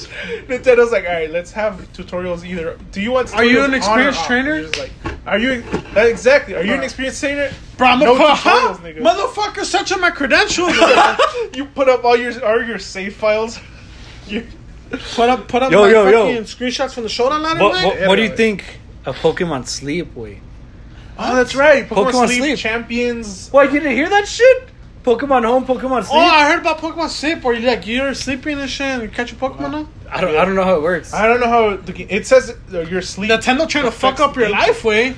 Nintendo's like, all right, let's have tutorials either. Do you want? Are you tutorials on an or experienced off?" trainer? You're just like, are you uh, exactly? Are you an experienced trainer? Bro, I'm No a pro- tutorials, huh? nigga. Motherfucker, such are my credentials. you put up all your all your save files. You- put up, put up Yo, my yo, yo. fucking screenshots from the shoulder ladder. What, man. what, what do you Anyway. think of Pokemon Sleep? Wait, oh, that's right. Pokemon, Pokemon Sleep, Sleep. Champions. why you didn't hear that shit? Pokemon Home, Pokemon Sleep. Oh, I heard about Pokemon Sleep, where you like you're sleeping and shit, and you catch a Pokemon now. I don't, I don't know how it works. I don't know how the, ga- it says uh, your sleep. Nintendo trying to fuck up your life, way.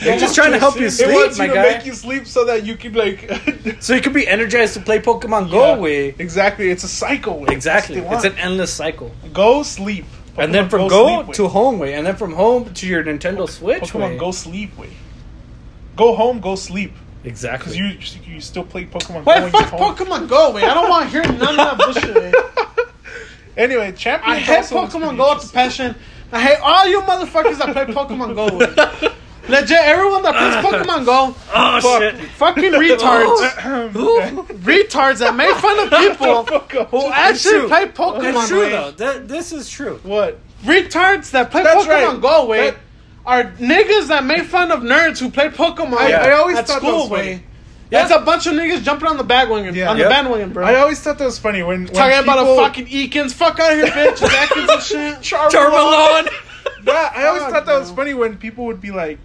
They're just trying to help you It sleep, wants my you to guy. make you sleep so that you can like. So you could be energized to play Pokemon Go. Way Exactly, it's a cycle. Way. exactly. That's what It's they an endless cycle. want. go sleep, and then Pokemon from go, sleep way. to home way, and then from home to your Nintendo Switch. Pokemon way. Go sleep way. Go home, go sleep, because exactly. you you still play Pokemon Go when Wait, you're fuck home. Pokemon Go, way. I don't want to hear none of that bullshit. Way. Anyway, Champions. I hate also looks Pokemon pretty Go with a interesting. passion. I hate all you motherfuckers that play Pokemon Go. Way. Legit, everyone that Ah. plays Pokemon Go, oh fuck, fucking Oh. retards, Ooh. retards that make fun of people Fuck who off. actually true. play It's Pokemon. true way. though. That, this is true. What? retards that play That's Pokemon right. Go way That- are niggas that made fun of nerds who play Pokemon. I- I always at thought that school was funny. way. That's a bunch of niggas jumping on the bandwagon, Yeah. on Yep. the bandwagon, bro. I always thought that was funny when, when Talking about a people- fucking Eakins, fuck out here, bitch, Ekans and shit. Charmalon. Yeah, I always Fuck, thought that was bro. funny when people would be like,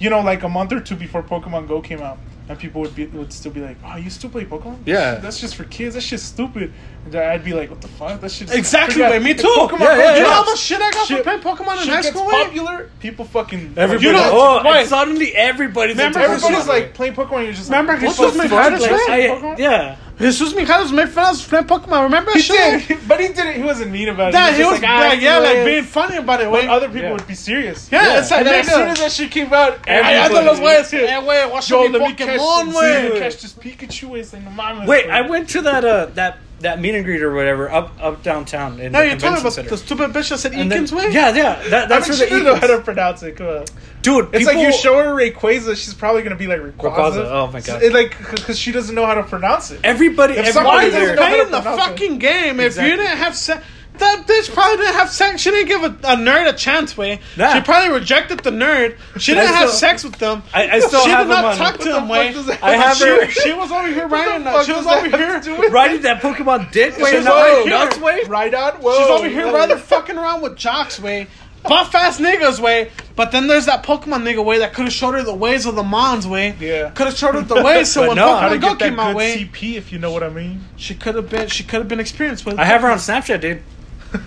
you know, like a month or two before Pokemon Go came out, and people would be would still be like, "Oh, you still play Pokemon? Yeah. that's just for kids. That shit's stupid." And I'd be like, "What the fuck? That shit's Exactly, Forgot- way. Me If too. Yeah, Pokemon Go yeah, you know yeah. how drops, much shit I got for Shit- playing Pokemon in shit high gets school, eh? way? popular. People fucking Everybody. You know- oh, and wait. suddenly everybody's Remember into everybody's Pokemon. Everybody's like playing Pokemon. You're just Remember like, Jesus "What the made fuck? Hydra Like, Flash? I- I, yeah. Jesus Michaelis made fun of us playing Pokemon, remember that He shit? did, but he didn't. He wasn't mean about it. Yeah, he just was, "Ah, yeah, it's yeah, the way like it being is." funny about it, But way. other people Yeah. would be serious. Yeah, Yeah. it's like, And then as soon nigga. as that shit came out, Everybody. Ay, everybody- ando los güeyes. Yeah. Eh, güey, watch Yo, mi let me catch Pokemon, this- güey. catch this Pikachu is in the mama. Wait, I went to that uh that that meet and greet or whatever up up downtown in No, the you're talking convention about center. the stupid bitch that said And then- Eakins, way? yeah, yeah, that, I'm that's sure where the they know how to Eakins- pronounce it. Come on. dude. It's like you people- show her Rayquaza, she's probably gonna be like Rayquaza. Rayquaza, oh my God. It, like because she doesn't know how to pronounce it. everybody. If everybody somebody Why doesn't there- you know how to playing the pronounce it. fucking game if Exactly. you didn't have sex? That bitch probably didn't have sex. She didn't give a, a nerd a chance, way. Nah. She probably rejected the nerd. She didn't I have still- sex with them. I- I still she have did not them on- talk What to the them, fuck way. does that- I have her- she, she was over here riding the on that. fuck She was does over that here. have to do with- Riding that Pokemon dick, wait, She's not right right here. nuts, wait. Right on. Whoa. Oh, She's over here Right rather fucking around with jocks, way. Buff ass niggas, way. But then there's that Pokemon nigga, way, that could have showed her the ways of the Mons, way. Yeah. Could have showed her the ways so But when no, how How to Pokemon Go get that came out, good way. CP, if you know what I mean. She could have been she could have been experienced with I have her on Snapchat, dude.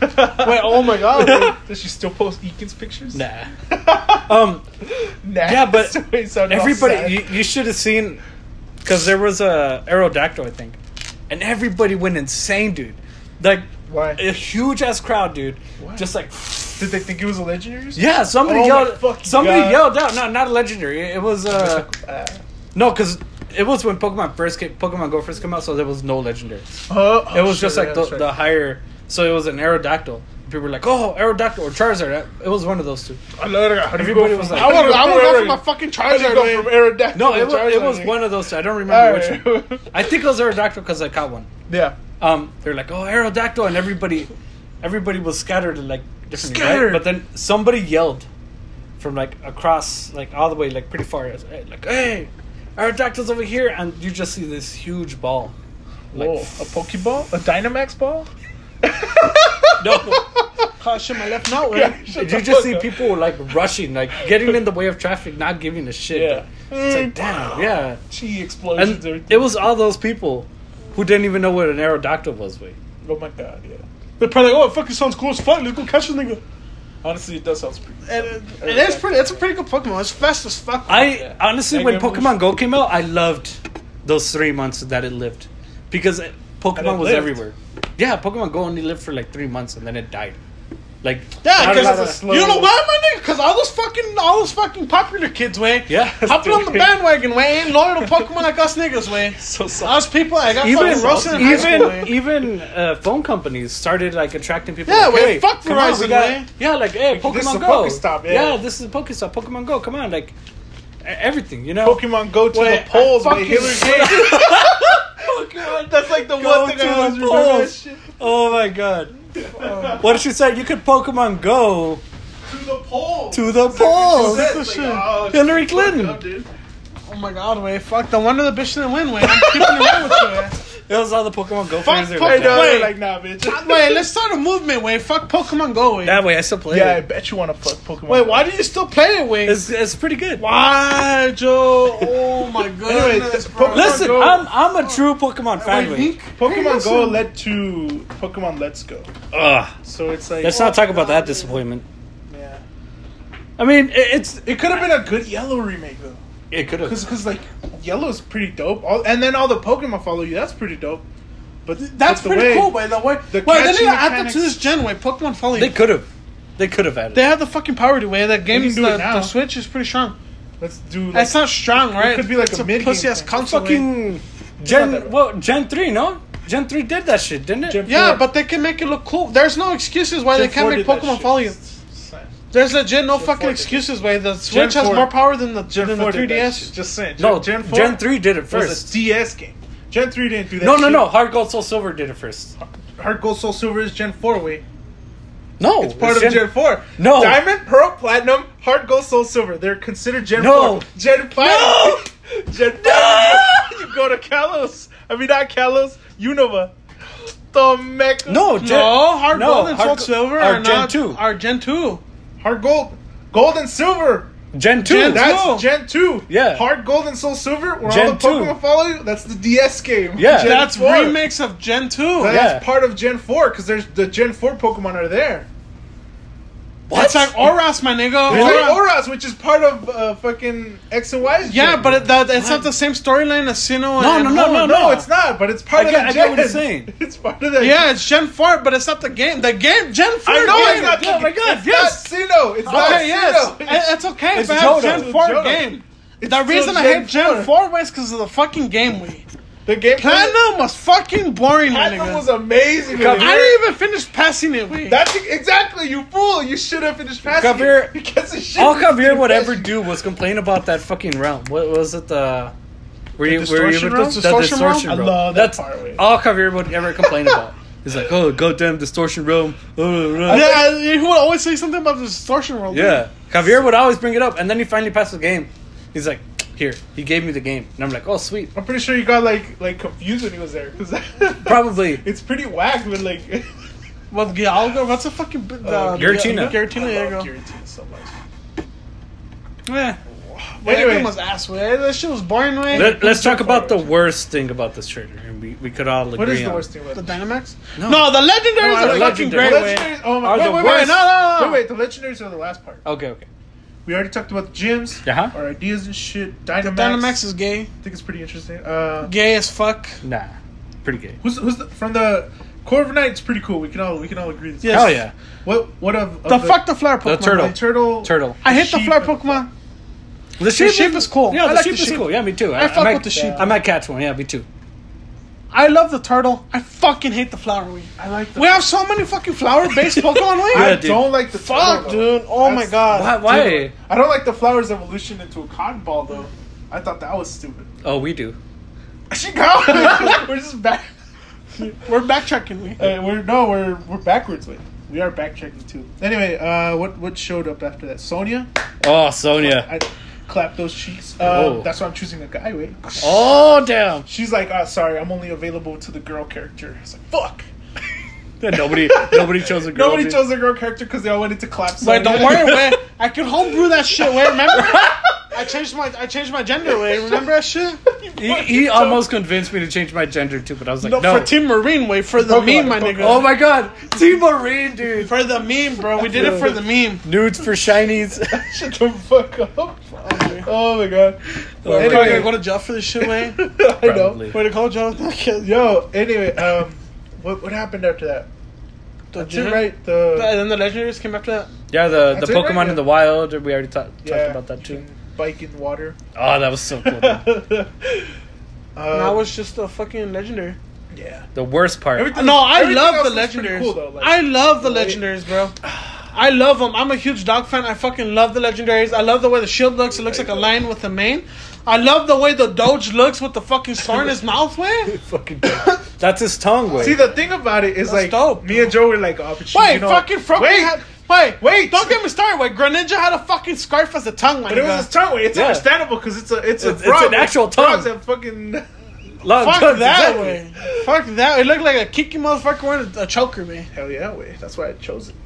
Wait, oh my god. Does she still post Eakin's pictures? Nah. um, Nah. Yeah, but Wait, so now sad. everybody, you, you should have seen, because there was a Aerodactyl, I think, and everybody went insane, dude. Like Why? a huge ass crowd, dude. Why? Just like Did they think it was a legendary? or something? yeah, somebody Oh my yelled. fucking Somebody God. yelled out. No, not a legendary. It was uh, no, because it was when Pokemon first came, Pokemon Go first came out, so there was no legendary. Uh, oh, it was shit, just like yeah, the, that's right. the higher. So it was an Aerodactyl. People were like, "Oh, Aerodactyl or Charizard." It was one of those two. I love that. How do you Everybody go was from- like- how I do you want I want from to go for Aerodactyl- my fucking how do you Charizard, go way. from Aerodactyl No, to it was, it Charizard, was like- one of those two. I don't remember which one. All right. I think it was Aerodactyl because I caught one. yeah. Um, they're like, "Oh, Aerodactyl," and everybody, everybody was scattered in like different. Scattered. But then somebody yelled from like across, like all the way, like pretty far, eh, like, "Hey, Aerodactyl's over here!" And you just see this huge ball. Like, Whoa. A Pokeball? A Dynamax ball? no, Caught shit my left note, way. Yeah, shut you the just fuck see up. people like rushing, like getting in the way of traffic, not giving a shit. Yeah. It's like, damn, yeah. Gee, explosions. And everything. it was all those people who didn't even know what an Aerodactyl was. Wait. Oh my god, yeah. They're probably like, oh, it fucking sounds cool as fuck. Let's go catch this nigga. Honestly, it does sound pretty. And it, it is pretty. It's a pretty good Pokemon. It's fast as fuck. I Yeah. honestly, That when game was- Pokemon Go came out, I loved those three months that it lived because it- Pokemon was lived. everywhere. Yeah, Pokemon Go only lived for like three months and then it died. Like yeah, not a lot of- because you know why, my nigga? Because all those fucking, all those fucking popular kids, way. Yeah. hopping on the bandwagon, way. Ain't loyal to Pokemon like us niggas, way. So soft. Us people, I got even fucking roasted in high school, even way. even uh, phone companies started like attracting people. Yeah, like, wait, "Hey, fuck come on, Verizon, we got- man." Yeah, like hey, Pokemon This is a Go. Pokestop, yeah. this is a Pokestop. Pokemon Go, come on, like e- everything, you know. Pokemon go to Wait, the polls, I man. Hillary fucking- Clinton. Pokemon That's like the Go one thing to I the always remember. that polls. shit. Oh my god. What did she say? You could Pokemon Go To the polls. to the polls. That's That's like, the oh, shut Hillary the fuck Clinton. up, dude. Oh my god, way. Fuck. No wonder the bitch didn't win, way. I'm keeping it real with you, way. It was all the Pokemon Go Fuck fans. that were I Pokemon. like, know. they're Wait. Like, nah, bitch. Wait, let's start a movement, way. Fuck Pokemon Go, way. That way, I still play Yeah, I it. bet you want to fuck Pokemon. Wait, Go. why do you still play it, way? It's, it's pretty good. Why, Joe? Oh my goodness, th- bro. Pokemon Listen, Go- I'm I'm a true Pokemon fan. Wait, Wait, Nick, Pokemon listen. Go led to Pokemon Let's Go. Ugh. So it's like. Let's not talk about that disappointment. Yeah. I mean, it, it's It could have been a good Yellow remake though, it could because like Yellow's pretty dope. All, and then all the Pokemon follow you. That's pretty dope. But That's but the pretty way- cool, by the way. the Wait, they need catching to add that mechanics- to this gen. Wait, Pokemon Follow. They They, could have, they could have added. they have the fucking power to way that game. can The, do it now. the Switch is pretty strong. Let's do. Like, That's not strong, right? could be like it's a mid-game pussy ass thing. console. way. fucking not that Gen bad. well Gen three no Gen three did that shit didn't it? Gen Yeah, four. but they can make it look cool. There's no excuses why Gen 4 they can't make did that Pokemon shit. Follow you. There's legit no fucking did that. excuses why the Switch has 4 more power than the, than the 4 did that 3DS. shit. Just saying. Gen, no Gen Gen, Four. three did it was a first. DS game. Gen three didn't do that. No no shit. no Hard Gold Soul Silver did it first. Heart Gold Soul Silver is Gen four. Wait, No, it's part of Gen four. No. Diamond, Pearl, Platinum, Heart Gold Soul Silver. They're considered Gen No. four. Gen five. No. Gen five. You go to Kalos. I mean not Kalos. Unova. The mecha. No Gen no, hard no, gold and Hard soul Go- silver are are, Gen not. two. Are Gen two. Heart Gold, Gold and Silver. Gen two. Gen- That's No. Gen two. Yeah. Heart Gold and Soul Silver. Where Gen all the two. Pokemon follow you. That's the DS game. Yeah. Gen That's four. remakes of Gen two. That's Yeah. part of Gen four because there's the Gen four Pokemon are there. what? It's like Oras, my nigga. Really? Oras. Like Oras, which is part of uh, fucking X and Y's. Yeah, gen. but it, that, it's not the same storyline as No, Sinnoh and no, no, Hoenn. no, no, it's not. But it's I part of get- that I gen. get what he's saying. It's part of that. Yeah, it's Gen 4, but it's not the game. The game, Gen 4 I know game. it's not. Oh my God, it's yes. not Sinnoh. It's not Okay, yes. Sinnoh. It- It's okay, It's but it's Johto. Gen 4 Johto. game. It's the still reason I Gen hate 4. Gen 4 was because of the fucking game we. the game Platinum was fucking boring, my Platinum nigga. was amazing. Come I here. didn't even finish passing it, we. That's exactly you fool. You should have finished passing. Come here. it. Because the shit. All is Javier too would ever fast. do was complain about that fucking realm. What was it the? Were you, were you distortion realm? the Distortion distortion realm? I realm? love that That's part, wait. all Javier would ever complain about. He's like, oh, goddamn distortion realm. Uh, Yeah. Yeah, he would always say something about the distortion world. yeah. Javier would always bring it up, and then he finally passed the game. He's like, here, he gave me the game. And I'm like, oh, sweet. I'm pretty sure you got like like confused when he was there. 'cause Probably. it's pretty whack, but like. What Gialgo? What's the fucking b- the, Oh, Giratina. Giratina, I there you love go. Giratina so much. Yeah. Well, Anyway. that game was ass way. That shit was boring way. Let, let's talk about the worst thing about this trailer, and we, we could all agree What is the on. worst thing about the it? Dynamax. No. No, the legendaries No, I are like fucking legendaries. great. The way. Legendaries- oh my Are wait, the wait, worst. wait, no, no, no. Wait, Wait, the legendaries are the last part. Okay, okay. We already talked about the gyms, Uh-huh. our ideas and shit. Dynamax. Dynamax is gay, I think it's pretty interesting. Uh, gay as fuck. Nah. Pretty gay. who's who's the, from the Core of Night? It's pretty cool. We can all we can all agree. This Yes. Hell yeah. What what of, of The, fuck the flower The Pokemon. turtle. the turtle Turtle. I hate the sheep flower and the- Pokemon. The sheep is- cool. Yeah, I the like sheep the is sheep. cool. Yeah, me too. I fuck might, with the sheep. I might catch one. Yeah, me too. I love the turtle. I fucking hate the flower weed. I like the. We have so many fucking flower-based Pokemon. Wait, I Yeah, dude. don't like the fuck, turtle, though. dude. Oh my That's- god. Why? why? I don't like the flower's evolution into a cotton ball though. I thought that was stupid. Oh, we do. She got it. We're just back. We're backtracking. We. Uh, we're no, we're we're backwards with. We are backtracking too. Anyway, uh, what what showed up after that? Sonia. Oh, Sonia. I clap those cheeks. Um, Oh. That's why I'm choosing a guy. Wait. Oh, damn. She's like, oh, sorry, I'm only available to the girl character. It's like, fuck. Yeah, nobody, nobody chose a girl. Nobody dude. chose the girl character because they all wanted to clap. Wait, Sonya. don't worry, wait. I can homebrew that shit. Wait, remember? I changed my I changed my gender. Wait, remember that shit? He, he almost convinced me to change my gender too, but I was like, no. No, for Team Marine. Wait, for the Pokemon, meme, my Pokemon. nigga. oh my god, Team Marine, dude. For the meme, bro. We did it for the meme. Nudes for shinies. Shut the fuck up. Oh my god. Oh, Anyway. Probably gonna go to jail for this shit, way. I know. Probably. Way to call jail. Yo, anyway, um, what what happened after that? That's it, right? The And then the legendaries came after that. Yeah, the, the That's it, right? Pokemon in the wild. We already ta- yeah, talked about that too. Bike in water. Oh, that was so cool. dude. uh, and I was just a fucking legendary. yeah. the worst part. Everything- No, I everything love the else was pretty legendaries. cool, though, like- I love the Like- legendaries, bro. I love them. I'm a huge dog fan. I fucking love the legendaries. I love the way the shield looks. It looks like a lion with a mane. I love the way the doge looks with the fucking sword in his mouth. Wait, fucking That's his tongue way. See, the thing about it is That's like dope, me and Joe were like, oh, but she- wait, you know- fucking Froakie Wait, had. Wait, Wait. Don't get me started. Wait, Greninja had a fucking scarf as a tongue. My But it was nigga. his tongue. It's Yeah. understandable because it's a it's a It's- it's frog. an actual Frogs tongue. have fucking. Long Fuck tongues, that exactly. way. Fuck that. It looked like a kinky motherfucker wearing a, a choker, man. Hell yeah, wait. That's why I chose it.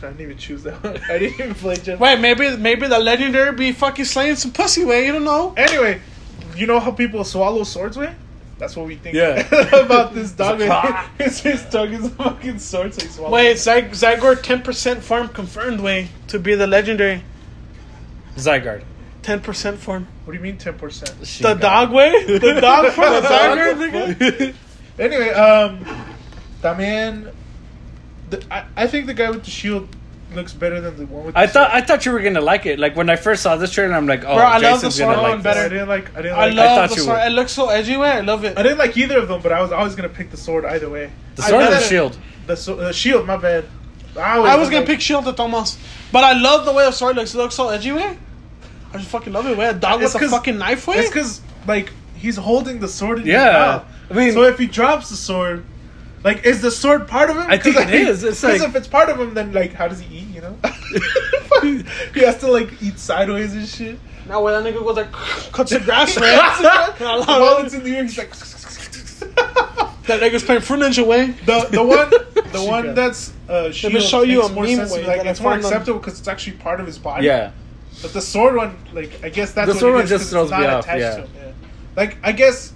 I didn't even choose that one. I didn't even play Gen. Wait, maybe maybe the legendary be fucking slaying some pussy. Way, you don't know. Anyway, you know how people swallow swords with? That's what we think Yeah. about this dog. his, his tongue is a fucking sword, so he swallows. Wait, Zy- Zygor 10% farm confirmed way to be the legendary. Zygarde. 10% farm. What do you mean ten percent? She The got- dog way? The dog from the The dog Zygar, from- nigga? Anyway, um, Damien, the, I I think the guy with the shield looks better than the one with. I the thought I thought you were gonna like it. Like when I first saw this trailer, I'm like, oh, Bro, I love Jason's the gonna sword like one this. sword. I better. didn't like. I didn't I like. love thought the you sword. would. It looks so edgy way. I love it. I didn't like either of them, but I was always gonna pick the sword either way. The sword I or the love it. shield. The, so- the shield, my bad. I, I was gonna like- pick Shield at Thomas. But I love the way the sword looks. It looks so edgy way. I just fucking love it. Way a dog It's with a 'cause- fucking knife way? It's because like he's holding the sword in Yeah. his mouth. I mean- so if he drops the sword, like is the sword part of him? I think 'Cause, it like, is. It's 'cause like- if it's part of him, then like how does he eat? You know, he has to like eat sideways and shit. Now where that nigga goes like cuts the grass way. I love While it. it's in the air, he's like. That nigga's playing Fruit Ninja way. The, the one the one good. that's uh, shield show you makes a more meme sense to me. way like that I it's more found on- acceptable because it's actually part of his body. Yeah. But the sword one, like, I guess that's The what sword it one is, just 'cause throws it's not me off, attached yeah. to him, Like, I guess,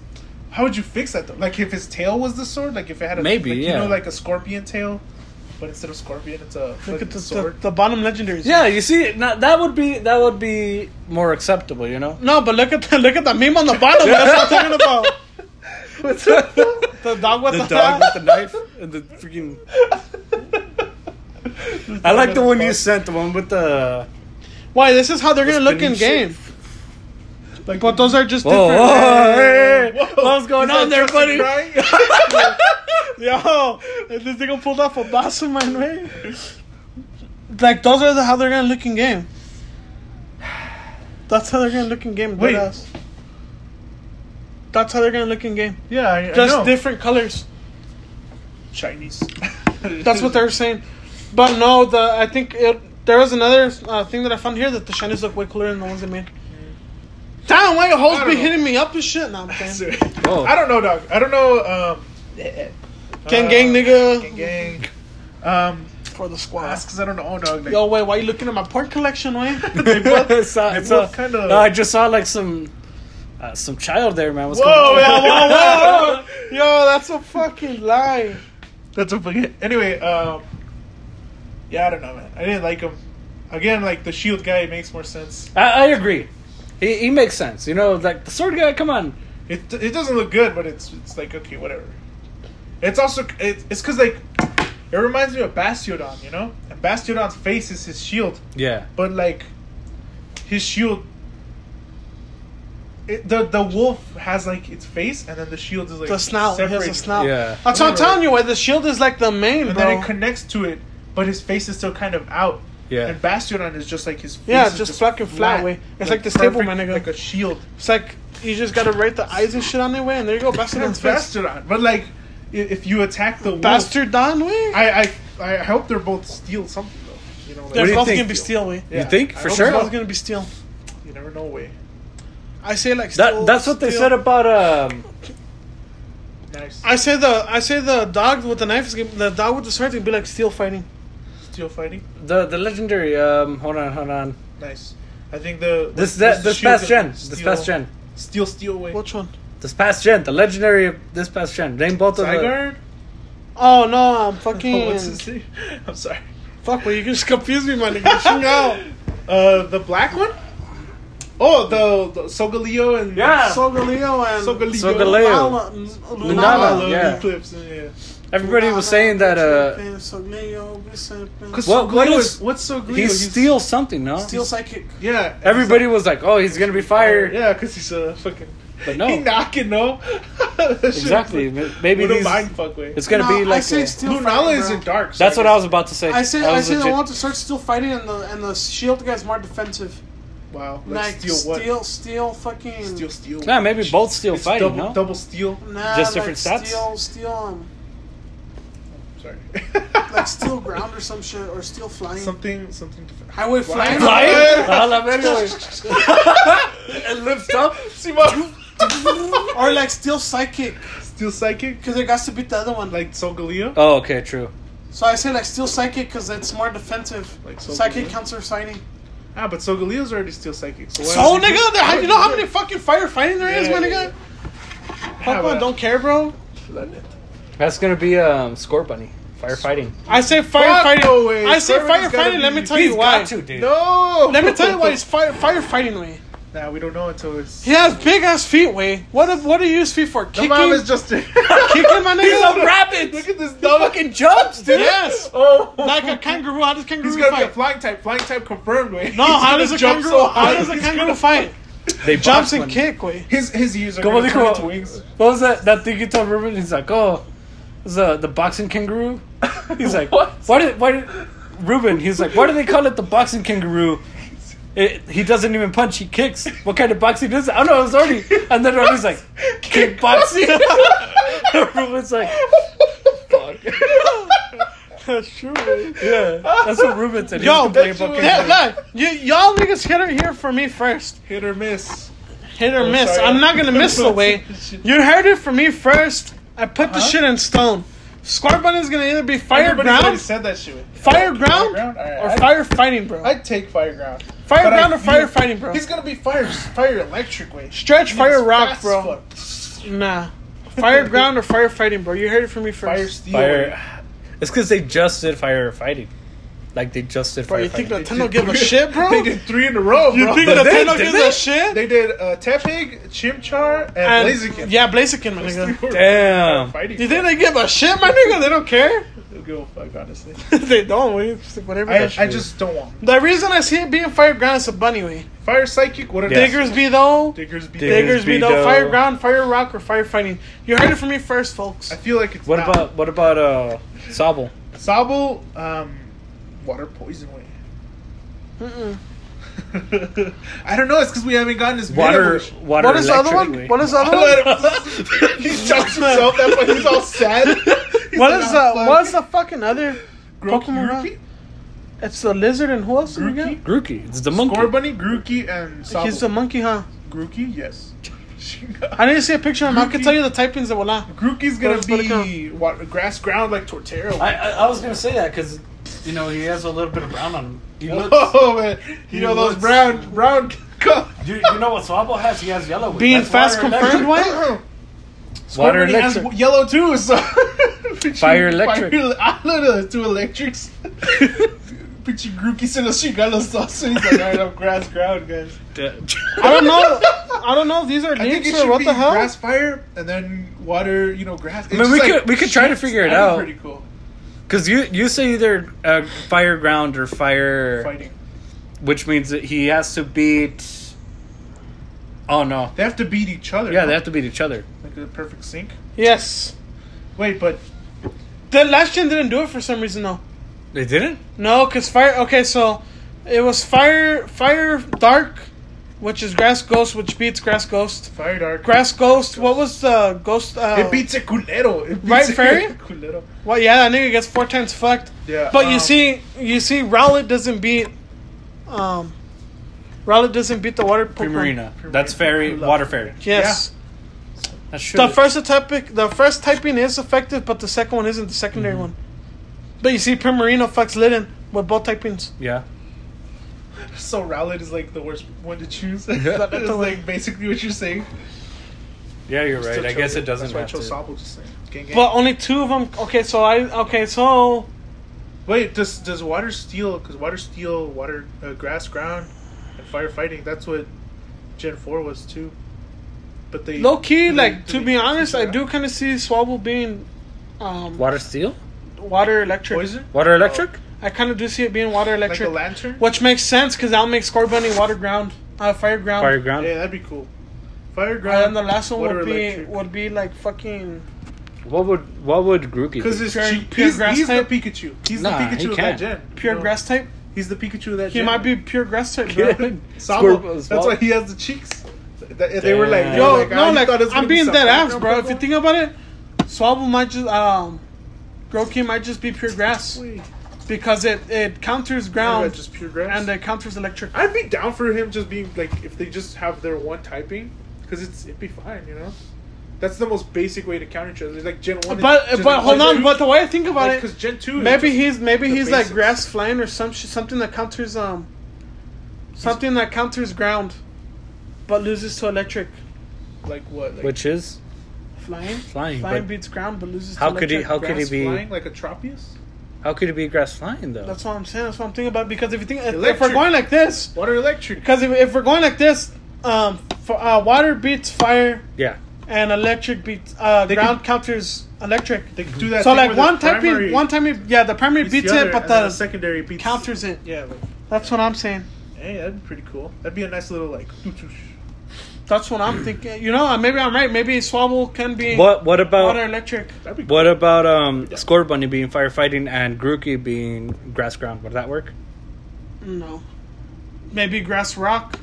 how would you fix that though? Like, if his tail was the sword, like if it had a Maybe, like, you yeah. know, like a scorpion tail, but instead of scorpion, it's a Look at fucking the, the, sword. the bottom legendaries. Yeah, you see, now, that would be that would be more acceptable, you know. No, but look at the look at the meme on the bottom. That's what I'm talking about. The dog with the, the dog with the knife and the freaking. I like the one you sent, the one with the. Why? This is how they're gonna look in spinning shit. game. Like, but those are just Whoa, different. whoa, hey, what's going Is on that there, Justin buddy? crying? Yo, this nigga pulled off a boss in my way. Like those are the, how they're gonna look in game. That's how they're gonna look in game. Wait. deadass. That's how they're gonna look in game. yeah, I, I Just know. different colors. Chinese. That's what they're saying. But no, the I think it, there was another uh, thing that I found here that the shinies look way cooler than the ones they made. Damn, why your hoes I be don't know. hitting me up and shit? Nah, I'm kidding. Sorry. Oh. I don't know, dog. I don't know. Um, Gang, uh, gang, nigga. Gang, gang. Um, For the Ah. squad. that's because I don't know, Oh, dog. Like, Yo, wait, why you looking at my porn collection, way? they both, I saw, I they saw- both kind of. no, I just saw like some uh, some child there, man. What's Whoa, going yeah, on? whoa, whoa, whoa. Yo, that's a fucking lie. That's a fucking. Anyway, um, yeah, I don't know, man. I didn't like him. Again, like the shield guy makes more sense. I, I agree. He, he makes sense. You know, like the sword guy. Come on. It it doesn't look good, but it's it's like okay, whatever. It's also it, it's because like it reminds me of Bastiodon, you know. And Bastiodon's face is his shield, Yeah. but like his shield. It, the the wolf has like its face, and then the shield is like The snout. He has a separated. snout. Yeah. That's what I'm telling you, why the shield is like the main, and bro. then it connects to it, but his face is still kind of out. Yeah. And Bastiodon is just like his face. Yeah, is just fucking flat, way. It's like the staple, perfect, my nigga. Like a shield. It's like you just gotta write the eyes and shit on their way, and there you go, bastard on It's face. Bastiodon. But like, i- if you attack the wolf, Bastard on way. I, I I hope they're both steal something though. You know, like, They're do you both think? gonna be steel, way. Yeah, You think I for hope sure? They're so. both gonna be steel. you never know way. I say like That steel, that's what they steel. said about um. Nice I say the I say the dog with the knife is gonna, the dog with the sword is gonna be like steel fighting. steel fighting. The the legendary um hold on hold on Nice. I think the this what's that the this shield past that- gen this steel- past gen steel steel way. Which one? this past gen the legendary of this past gen name both of them Zygarde? Oh no, I'm fucking What's his name? I'm sorry. fuck. Well, you just confuse me, my nigga. Chill out. Uh, the black one. Oh, the, the Sogaleo and Yeah. Sogaleo and Sogaleo. Sogaleo. Lala- Lunala. Lunala. Lalo, yeah. Eclipse, yeah. everybody was saying that uh Sogaleo, Bicepin. Cause What- Soglio what is, is- what's Soglio? he's steal something no steel psychic. Yeah. everybody was like oh he's gonna be fire Yeah, because he's a fucking. But no. He knocking no. exactly Ma- maybe Maybe these, mind fuck way. it's gonna No, be I like say a- steel Lunala fighting, is bro. in dark. so that's what guess- I was about to say I say That I was say the legit- Walter Stark's still fighting and the and the shield guy's more defensive. Wow. Like Like steal what? steel steel fucking Steel, steel. nah maybe both still It's fighting double, no double steel. nah, Just like different stats? Steel steel um, Sorry. like steel ground or some shit or steel flying. something, something. different. Highway flying. Flying? Yeah. A la verga, güey. it lifts up See what? or like steel psychic Steel psychic, because it got to beat the other one. Like like Sogaleo. oh okay true so I say like steel psychic because it's more defensive. Like so psychic good. counter fighting. Ah, but Sogaleo's already steel psychic. So, why So would he do- why nigga, there, would you know he how do many fucking firefighting there is, Yeah, my yeah, yeah. nigga. Fuck, but- I don't care, bro. it? that's gonna be um score bunny firefighting I say firefighting. no way. I say Fireman's gotta firefighting. Let me be- tell you why. dude No. Let me tell you why it's fire firefighting way. Nah, we don't know until it's. He has big ass feet way. What if, what do you use feet for? The Kicking, mom is just. Look kicking my nigga. rabbit. at this dog. fucking jumps, dude. Yes, Oh. like a kangaroo. How does kangaroo He's gonna be a fight? flying type. Flying type confirmed, way. no, He's how gonna does a jump kangaroo? so how high. does a He's kangaroo gonna- fight? They Jumps and kick way. His his ears are Como gonna turn dijo, into wings. what was that, that thing you told Ruben? He's like, oh, it's the the boxing kangaroo. He's like, What? Why did why did Ruben? He's like, why do they call it the boxing kangaroo? It, he doesn't even punch. He kicks. What kind of boxing is it? I don't know. It's already. And then Ruben's like, kickboxing. Ruben's like, That's true. Way. yeah, that's what Ruben said. He was Yo, complaining that's about what- kangaroo. Yeah, look, you, y'all niggas hit it here for me first. Hit or miss. Hit or I'm miss. Oh, sorry. I'm not gonna miss the way. You heard it from me first. I put Uh-huh. the shit in stone. Square button is gonna either be fire Everybody's already ground, said that shit. fire ground, ground? Alright, or I- firefighting, bro. I'd take fire ground. Fire But I ground or feel- firefighting, bro. He's gonna be fire fire electric way. Stretch He's fire rock, fast bro. as fuck. Nah. Fire ground or firefighting, bro. You heard it from me Fire first. steel. way. Fire. It's because they just did firefighting. Like they just did Bro, firefighting. you think Nintendo give a shit, bro? They did three in a row, bro. You think Did they? Nintendo Did gives they? a shit? They did uh, Tepig, Chimchar, and, And- Blaziken. Yeah, Blaziken, my nigga. Damn. Fighting. You think they give a shit, my nigga? They don't care. Don't give a fuck, honestly. they don't. we- it's like Whatever. I, that shit I is. just don't want The reason I see it being fire ground is a bunny way. fire psychic. What are Yes. Diggers be though. Diggers be Diggers. Diggers be be though. though. Fire ground, fire rock, or firefighting. You heard it from me first, folks. I feel like it's What not. about what about uh Sobble? Sabo? Um, water poison way. Mm-mm. I don't know. It's because we haven't gotten this Water video. water. What is the other electric one? way. What is the other I'll one? let him- he chucks himself. That's why he's all sad. He's What is the Nah, fuck. what's the fucking other Grookey, Pokemon? Grookey? It's the lizard and who else again? Grookey. It's the monkey. Score Bunny, Grookey, and Sobble. He's the monkey, huh? Grookey, yes. I didn't see a picture of him. I can Grookey. tell you the typings that will not. Grookey's Where's gonna be Pelican? what, grass ground like Torterra. I, I, I was gonna say that because you know he has a little bit of brown on him. He looks. oh man, you He know those looks- brown brown. you, you know what Swabble has? He has yellow. wing. Being That's water fast confirmed, electric. why? Water Squirmity has electric. yellow too, so Fire electric. Fire, I don't know two electrics. Picture Grookey se los regalos dos. So he's like, alright, I'm grass ground, guys. I don't know. I don't know. if These are I think leaks it or should what be the hell? grass fire and then water, you know, grass. It's I mean, just we like- could we could try to figure it that'd be out Pretty cool. because you you say either uh, fire ground or fire, Fighting. which means that he has to beat. Oh no! They have to beat each other. Yeah, they have to beat each other. like a perfect sync. Yes. Wait, but The last gen didn't do it for some reason though. They didn't. No, cause fire. Okay, so it was fire, fire, dark, which is grass ghost, which beats grass ghost. fire dark. Grass ghost. What was the ghost? Uh, It beats a culero. It beats Right, a Fairy? Culero. Well, yeah, that nigga gets four times fucked. Yeah, But um, you see, you see, Rowlet doesn't beat. Um, Rowlet doesn't beat the water Pokemon. Primarina. That's fairy water fairy. Yes. That's true. The first typing, the first typing is effective, but the second one isn't. The secondary one. Mm-hmm. But you see, Primarina fucks Litten with both typings. Yeah. So Rowlet is like the worst one to choose. Yeah. that is like basically what you're saying. Yeah, you're right. Still I chose guess it doesn't That's why I have chose to. Sobble. Just saying. Gang, gang. But only two of them. Okay, so I. Okay, so Wait, does does water steel? Because water steel, water, uh, grass, ground, and firefighting. That's what Gen Four was too. But they low key, do they- like do to they be choose honest, I that? do kind of see Swabble being, um, Water steel? water electric. poison Water electric? I kind of do see it being water like electric. a lantern. Which makes sense because that'll make Score Bunny water ground, uh, fire ground. Fire ground? Yeah, that'd be cool. Fire ground. And then the last one water would be electric. would be like fucking. What would what would Grookey? Because do? it's Pure- cheap. pure he's, grass he's the type? Pikachu. He's Nah, the he Pikachu of can't. that gen. Pure No. grass type. He's the Pikachu of that He gen. might be pure grass type, bro. Sobble. Squirtle- That's why Swab- he has the cheeks. Th- They were like, uh, Damn. yo, Yo, like, no, I like thought it was I'm gonna be being dead something. ass, No, bro. no, If you no. think about it, Swabble might just um, Grokey might just be pure grass Wait. because it it counters Yeah, ground just pure grass. and it counters electric. I'd be down for him just being like if they just have their one typing, because it's it'd be fine, you know. That's the most basic way to counter each other. Like Gen One. But but hold on, but the way I think about because it, Gen Two. is maybe just- he's maybe the he's basics. like grass flying or some shit, something that counters um, something that counters ground, but loses to electric. like what? Like Which is Flying, Flying, flying but- beats ground, but loses. How to could he- electric. how grass could he be- flying like a Tropius? how could it be grass flying though? That's what I'm saying. That's what I'm thinking about. Because if you think if Electric. we're going like this, Water electric. because if, if we're going like this, um, f uh, water beats fire yeah. and electric beats uh, They ground could- counters electric. They could do that. so thing like where the one typing, primary one timing, yeah, the primary beats beats the it, other, uh, but and then the secondary beats counters it. Yeah, like, That's what I'm saying. hey, that'd be pretty cool. That'd be a nice little like. That's what I'm thinking. You know, uh, maybe I'm right. Maybe Swabble can be What what water about electric. That'd be cool. what about um Score Bunny being firefighting and Grookey being grass ground? Would that work? No, maybe grass rock.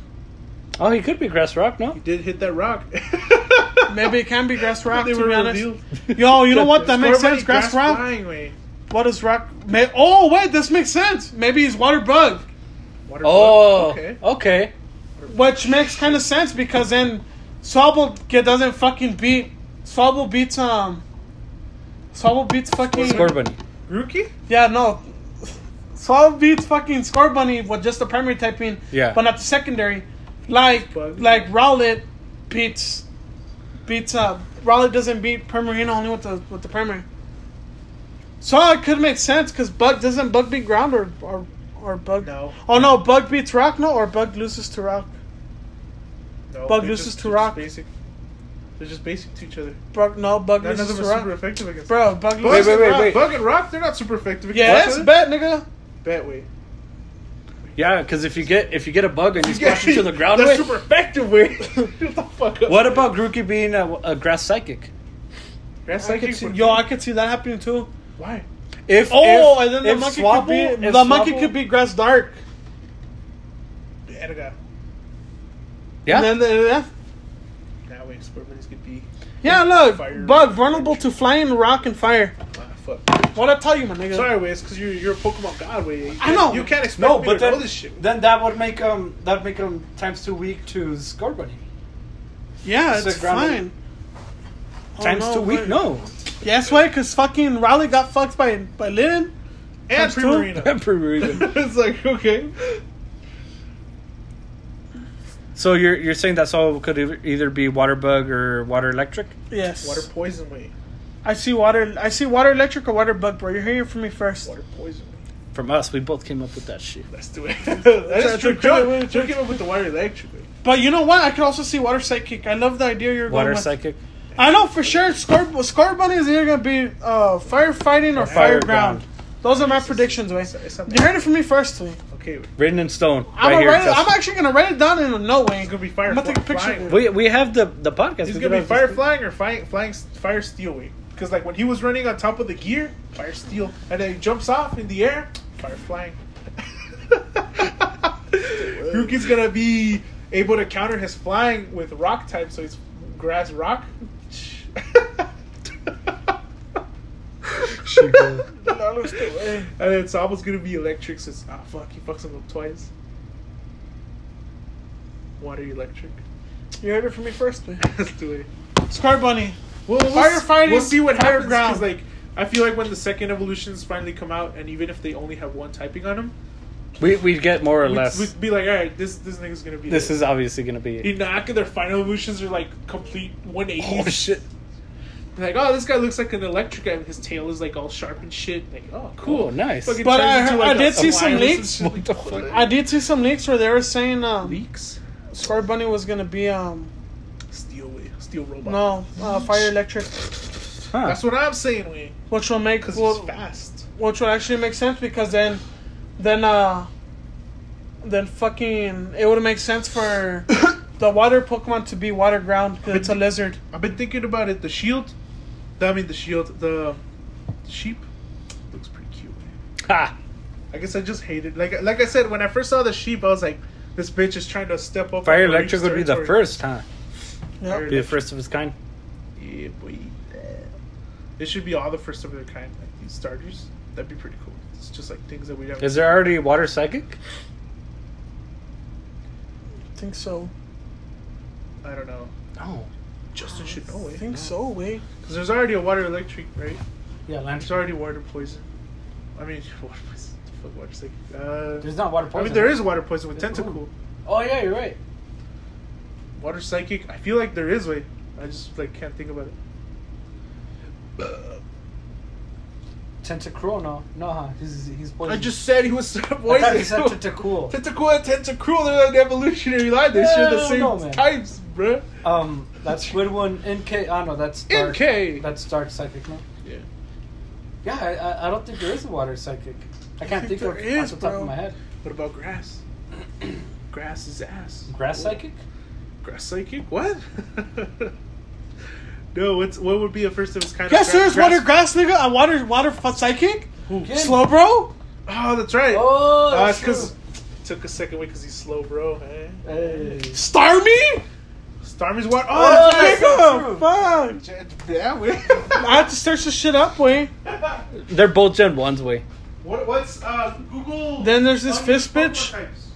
Oh, he could be grass rock, no? Did hit that rock. Maybe it can be grass rock. They to were be honest, revealed. yo, you know what? That makes Scorbunny sense. Grass, rock. flying way. What is rock? May- oh wait, this makes sense. Maybe he's water bug, Water Oh, bug. okay. which makes kind of sense because then Swabble get, doesn't fucking beat Swabble beats um Swabble beats fucking Score Bunny. Rookie? yeah no Swabble beats fucking Score Bunny with just the primary typing Yeah. but not the secondary like Bug. like Rowlet beats beats uh Rowlet doesn't beat Primarina only with the with the primary so it could make sense because Bug doesn't Bug beat ground or or or Bug No. Oh no, Bug beats Rock, no, or Bug loses to Rock. No, Bug they're loses just- to they're just rock. Basic. They're just basic to each other. Bro, no, Bug None of loses them to are Rock. super effective against. Bro, Bug Bug, loses wait, to wait, Rock. wait. Bug and rock, they're not super effective against. Yeah, that's each other. bet, nigga. bet way. Yeah, because if you get if you get a bug and you squash it to the ground That's with, super effective way. Shut the fuck up. what about Grookey being a, a grass psychic? That's I like could see, yo, I could see that happening too. Why? If Oh, if- and then the if monkey Swabble- could be if the monkey Swabble- could be Grass Dark. Edgar. yeah. And then the, yeah. That way, Squirmins could be yeah, look, Fire. Bug vulnerable to flying, rock, and fire. uh, fuck. What I tell you, my nigga? Sorry, way. It's because you're you're a Pokemon god, way. You I know. You can't expect No, me but to know then, this shit. then that would make him that would make him times too weak to score bunny. Yeah, It's it's a grandma. fine. Oh, Times no, too weak. wait. No. Yeah, that's why, cause fucking Raleigh got fucked by by Linen. and times two? Primarina. Pretty good. it's like okay. so you're you're saying that Saul could e- either be water bug or water electric? Yes. Water poison way. I see water. I see water electric or water bug, bro. You're hearing from me first. Water poison way. From us, we both came up with that shit. Let's do it. That's Try- true. try- try- Joe, try- Joe came up with the water electric way. But you know what? I could also see water psychic. I love the idea you're Water going with. psychic. I know for sure. Score score bunny is either gonna be uh, firefighting or fire, fire ground. ground. Those are my predictions, way. It's- it's something- You heard it from me first, way. Okay, it's Written in stone. right I'm, gonna here. write it, Justin. I'm actually gonna write it down in no way. gonna be fire. I'm gonna take a picture flying. of it. we we have the the podcast. He's We gonna could be have fire this- flying or flying, flying s- fire steel way. Because like when he was running on top of the gear, fire steel, and then he jumps off in the air, fire flying. Ruki's gonna be able to counter his flying with rock type, so he's grass rock. and then Sabo's gonna be electric, so it's ah fuck, he fucks him up twice. Water electric. You heard it from me first, way. Let's do it. Score bunny. Well, we'll Firefighting, We'll see what higher happens. 'cause, ground. Like, I feel like when the second evolutions finally come out, and even if they only have one typing on them, We we'd get more or we'd, less. we'd be like, all right, this this nigga's gonna be. this it." is obviously gonna be. You know, after their final evolutions are like complete 180s. Oh shit! Like, oh, this guy looks like an electric guy, and his tail is like all sharp and shit. Like, oh, cool. Oh, nice. Fucking But turns I- into, I a- did a see some virus and leaks. shit. What the fuck? I did see some leaks where they were saying um, Leaks? score bunny was gonna be um Steel way. Steel robot. no uh, fire electric, Huh. That's what I'm saying, way. which will make Because will- he's fast. which would actually make sense because then, then uh, then fucking it would make sense for the water Pokemon to be water ground because it's a lizard. I've been thinking about it. The shield, I mean the shield, the sheep looks pretty cute. Ha. I guess I just hate it. Like like I said, when I first saw the sheep, I was like, this bitch is trying to step up. Fire on the electric Reef's would be the territory. first, huh? Yep. Be the first of its kind. Yeah, boy. It should be all the first of their kind, like these starters. That'd be pretty cool. It's just like things that we don't. Is there already water psychic? I think so. I don't know. No. Justin should know I it. think so. Wait. Because there's already a water electric, right? Yeah, There's lantern. already water poison. I mean, water poison. Fuck, water psychic. Uh, There's not water I poison. mean, there is water poison with There's- ooh. tentacle. Oh yeah, you're right. Water psychic. I feel like there is way. I just like can't think about it. Tentacruel, no, no, huh? He's he's poison. I just said he was I thought poison. he said Tentacruel. Tentacruel and Tentacruel are an evolutionary line. They share the Hell same no, man. types, bruh. Um, that's good one. NK, oh no, that's dark. NK. That's dark psychic, no. Yeah. Yeah, I, I, I don't think there is a water psychic. I can't think think of there is, off the top bro. of my head. What about grass? grass is ass. Grass Oh, psychic? Grass psychic? What? no. What's what would be a first of its kind? Yes, of gra- there's water grass nigga. A water water f- psychic. Who? Yeah. Slow bro. Oh, that's right. Oh, Uh, that's it's because true. took a second way because he's slow, bro. Eh? Hey. Star me. Starmie's water. Oh, Oh, that's right. True. Nigga, fuck. Yeah, I have to search this shit up. Wait. They're both Gen ones way. What, what's uh, Google? Then there's this unused fist Pokemon bitch. types.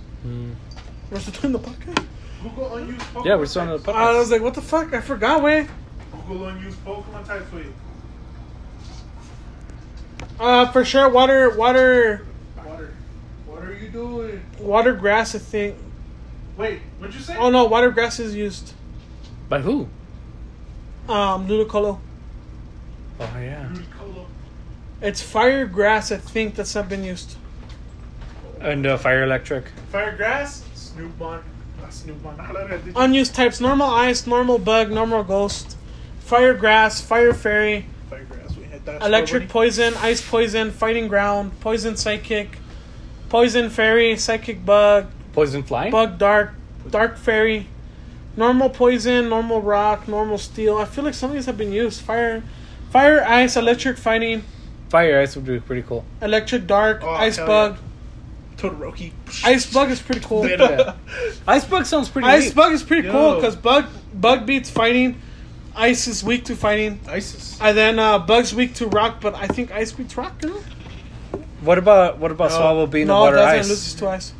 We're still doing the podcast. Google unused Pokemon Yeah, we're still on the types. podcast. Uh, I was like, what the fuck? I forgot. Wait. Google unused Pokemon types. Wait, Uh, for sure. Water water water. What are you doing? water grass. I think. Wait, what'd you say? Oh no, water grass is used. By who? Um, Ludicolo. Oh yeah. Ludicolo. It's fire grass, I think, that's not been used. And uh, fire electric. Fire grass. Snoopmon. Not Snoopmon. How did I did Unused types: normal ice, normal bug, normal ghost, fire grass, fire fairy, Fire grass. Wait, hit that electric score, poison, ice poison, fighting ground, poison psychic, poison fairy, psychic bug, Poison flying. bug dark, dark fairy, normal poison, normal rock, normal steel. I feel like some of these have been used. Fire, fire ice, electric fighting, Fire ice would be pretty cool. electric dark, Oh, ice hell bug. buddy. Todoroki. Ice bug is pretty cool. Yeah. Ice bug sounds pretty. Ice neat. bug is pretty Yo. cool because bug bug beats fighting. Ice is weak to fighting. ISIS. And then uh, Bugs weak to rock, but I think Ice beats rock, you know? What about what about Swallow being a no, water doesn't ice? loses to ice.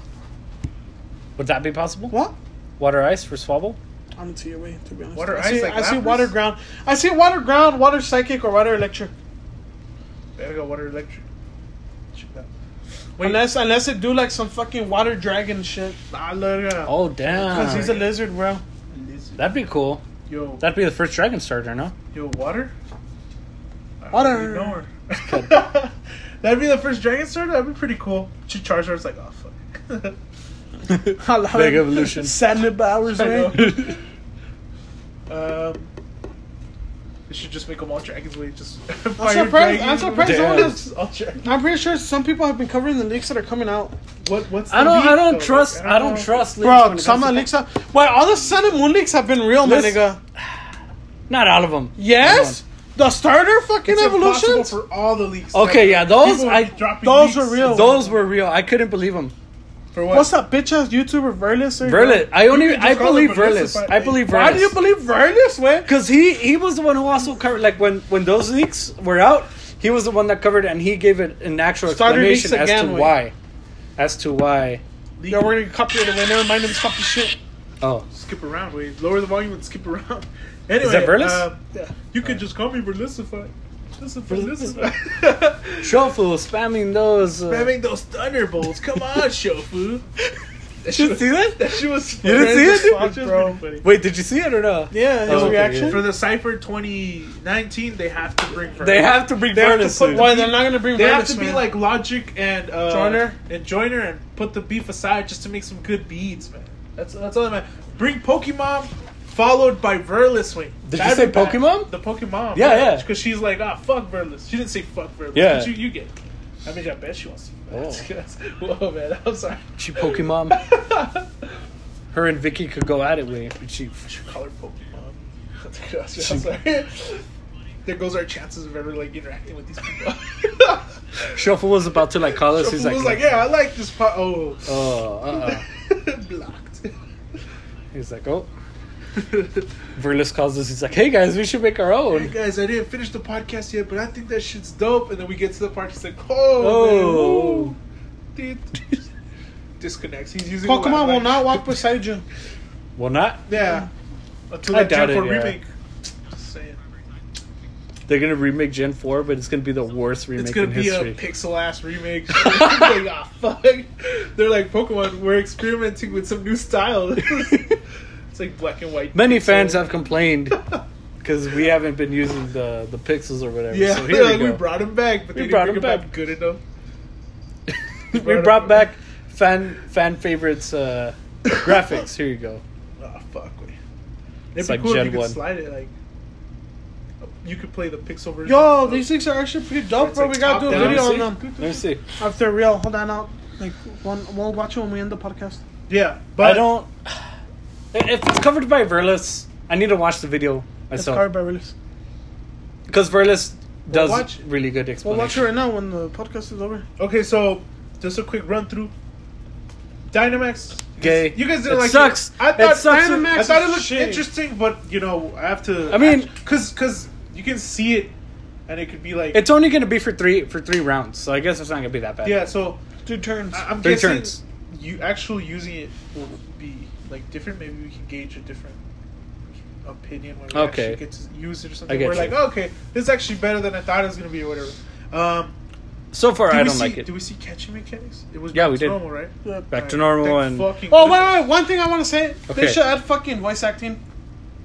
Would that be possible? What? Water ice for Swabble? I don't see a way, to be honest. Water I ice see, like I see Lapras? water ground. I see water ground, water psychic, or water electric. Gotta go water electric. Check that. Wait, Unless unless they do like some fucking water dragon shit. ah, look, uh, Oh Because damn! he's a lizard, bro. lizard. That'd be cool. Yo, That'd be the first Dragon Starter, no? yo, water. I Water. don't really know her. That'd be the first dragon sword. That'd be pretty cool. She Charizard's like, oh fuck. Big evolution. Sadness Bowers, I know. man. um, they should just make them all dragons. Way just. I'm surprised. I'm surprised. Damn. Someone is, All dragons. I'm pretty sure some people have been covering the leaks that are coming out. What? What's? I the don't. leak, I don't though? trust. Like, I don't trust. leaks when it Bro, comes some to- of the leaks have. Why all the Sun and Moon leaks have been real, my Listen- nigga. Not all of them. Yes, the starter fucking It's impossible evolutions. for all the leaks. Okay, Like, yeah, those people I- dropping those leaks are real. Those were real. I couldn't believe them. For what? What's that bitch ass YouTuber Verlis? or- Verlet. I only. just I call believe it Verlis. Verlis. I believe Verlis. Why do you believe Verlis, man? Because he he was the one who also covered. Like when when those leaks were out, he was the one that covered, it and he gave it an actual Starter leaks explanation as again, to wait. why, as to why. Leak. Yo, we're gonna get copyrighted. Wait, never mind them. Stop the shit. Oh, skip around. We lower the volume and skip around. Anyway, that Verlis? uh, you could just call me Verlisify. Verlisify. Verlisify. Shofu spamming those. Uh, Having those thunderbolts. Come on, Shofu. That Did you see that? That shit was. You didn't see funny as it? fuck, bro. Pretty funny. Wait, did you see it or no? Yeah, his Oh, okay, reaction. For the Cipher 2019, they have to bring. Verlis. They have to bring They have to Verlis. put- in. Why they're not gonna bring? They have Verlis, to be man. like Logic and uh, Joyner? and Joiner and put the beef aside just to make some good beads, man. That's that's all that matters. Bring Pokemon followed by Verliswing. Did you That'd say be bad. Pokemon? The Pokemon. Yeah, yeah. Because she's like, ah, fuck Verlis. She didn't say fuck Verlis. Yeah. But you, you get. It. I mean, I bet she wants to. Oh. Oh. Whoa, man. I'm sorry. She Pokemon. Her and Vicky could go at it, way. But she. Should call her Pokemon. I'm sorry. There goes our chances of ever like interacting with these people. Shuffle was about to like call us. He's She's like, was like, yeah, I like this pot. Oh. Oh, uh-uh. blocked. he's like, oh. Verlis calls us. He's like, hey guys, we should make our Hey own. guys, I didn't finish the podcast yet, but I think that shit's dope. And then we get to the part, he's like, Oh. oh, man, woo." disconnects. He's using Pokemon Wi-Fi. will not walk beside you. Well, not. Yeah, until I that Gen doubt it, Four yeah. remake. Just saying, They're gonna remake Gen Four, but it's gonna be the worst remake it's gonna in be history. a pixel ass remake. like, ah, fuck. They're like Pokemon. We're experimenting with some new style. it's like black and white. Many fans pixel. have complained because we haven't been using the the pixels or whatever. Yeah, so here like, we, we go. brought him back, but We they brought didn't him bring him back. back good enough. we brought, back fan fan favorites uh, graphics. Here you go. Oh fuck! Wait. It'd It's be like cool Gen if you could 1. slide it like. up- You could play the pixel version. Yo, these things are actually pretty dope, It's bro. like we gotta top do a down. video on Let me them Let me see. after they're real. Hold on, out. Like one, we'll watch it when we end the podcast. yeah, but I don't. If it's covered by Verlis, I need to watch the video It's myself covered by release. because Verlis does watch- really good We'll watch it explanation. right now when the podcast is over. Okay, so just a quick run through. Dynamax. Gay. You guys didn't It like sucks. it. I It thought sucks. Dynamax. I It- thought it looked shitty. interesting, but you know, I have to. I mean- because because you can see it, and it could be like It's only going to be for three for three rounds, so I guess it's not going to be that bad. yeah. So Two turns. I- I'm Three guessing turns. you actually using it will be like different. Maybe we can gauge a different opinion when we Okay. actually get to use it or something. I get We're you. like, "Oh, okay, this is actually better than I thought it was gonna be or whatever. Um, So far, did I we don't see, like it. Do we see catching mechanics? It was Yeah, back we to did. normal, right? Yeah. Back to Alright, normal thank and fucking Oh goodness. wait, wait! One thing I want to say: Okay. they should add fucking voice acting.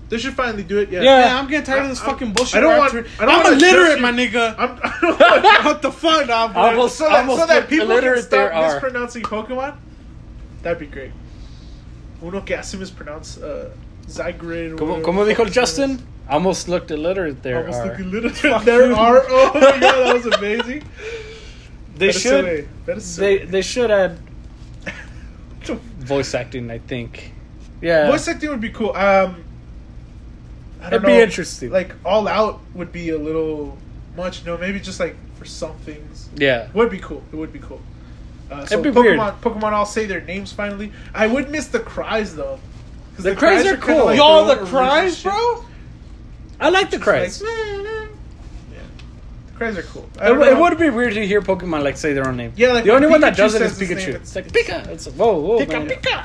They should finally do it. Yeah. Yeah. Yeah, I'm getting tired of this I- fucking bullshit. I don't rap want- tour. I don't I'm wanna illiterate, judge you. my nigga. I'm, I don't know what the fuck. Nah, but Almost- so that, so almost that put people can illiterate there stop are. mispronouncing Pokemon. That'd be great. Uno que hace mispronounce uh, Zygarde. or Como, whatever como the dijo fuck his name Justin, almost looked illiterate there. is. Almost are. like illiterate. There are. Oh my god, that was amazing. They should That is they they should add so. voice acting. I think. Yeah. Voice acting would be cool. Um, I don't It'd be know. interesting. Like all out would be a little much. No, maybe just like for some things. yeah. Would be cool. It would be cool. Uh, so It'd be Pokemon, weird. Pokemon all say their names finally. I would miss the cries though. 'Cause The cries are kinda cool. like Y'all, their the own cries, version of bro. shit. I like the cries. Like, the cries are cool. I It, don't w- it know. would be weird to hear Pokemon like say their own name. Yeah, like the when only one that Pikachu does it says is his name, Pikachu. It's it's- like Pika. It's whoa, whoa, Pika man. pika.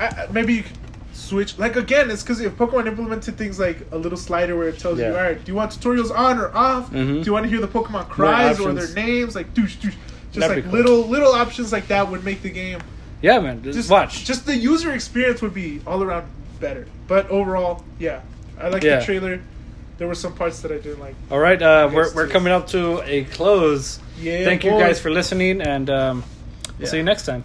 I, I- maybe you could switch. Like again, it's because if Pokemon implemented things like a little slider where it tells Yeah. you, all right, do you want tutorials on or off? Mhm. Do you want to hear the Pokemon cries or options. their names? Like douche, douche. Just That'd like be cool. little little options like that would make the game. Yeah, man. Just, Just watch. Just the user experience would be all around better. But overall, yeah, I like Yeah. the trailer. There were some parts that I didn't like. All right, uh, we're Yes, we're yes. coming up to a close. Yeah, Thank you boy. guys for listening, and um, we'll Yeah. see you next time.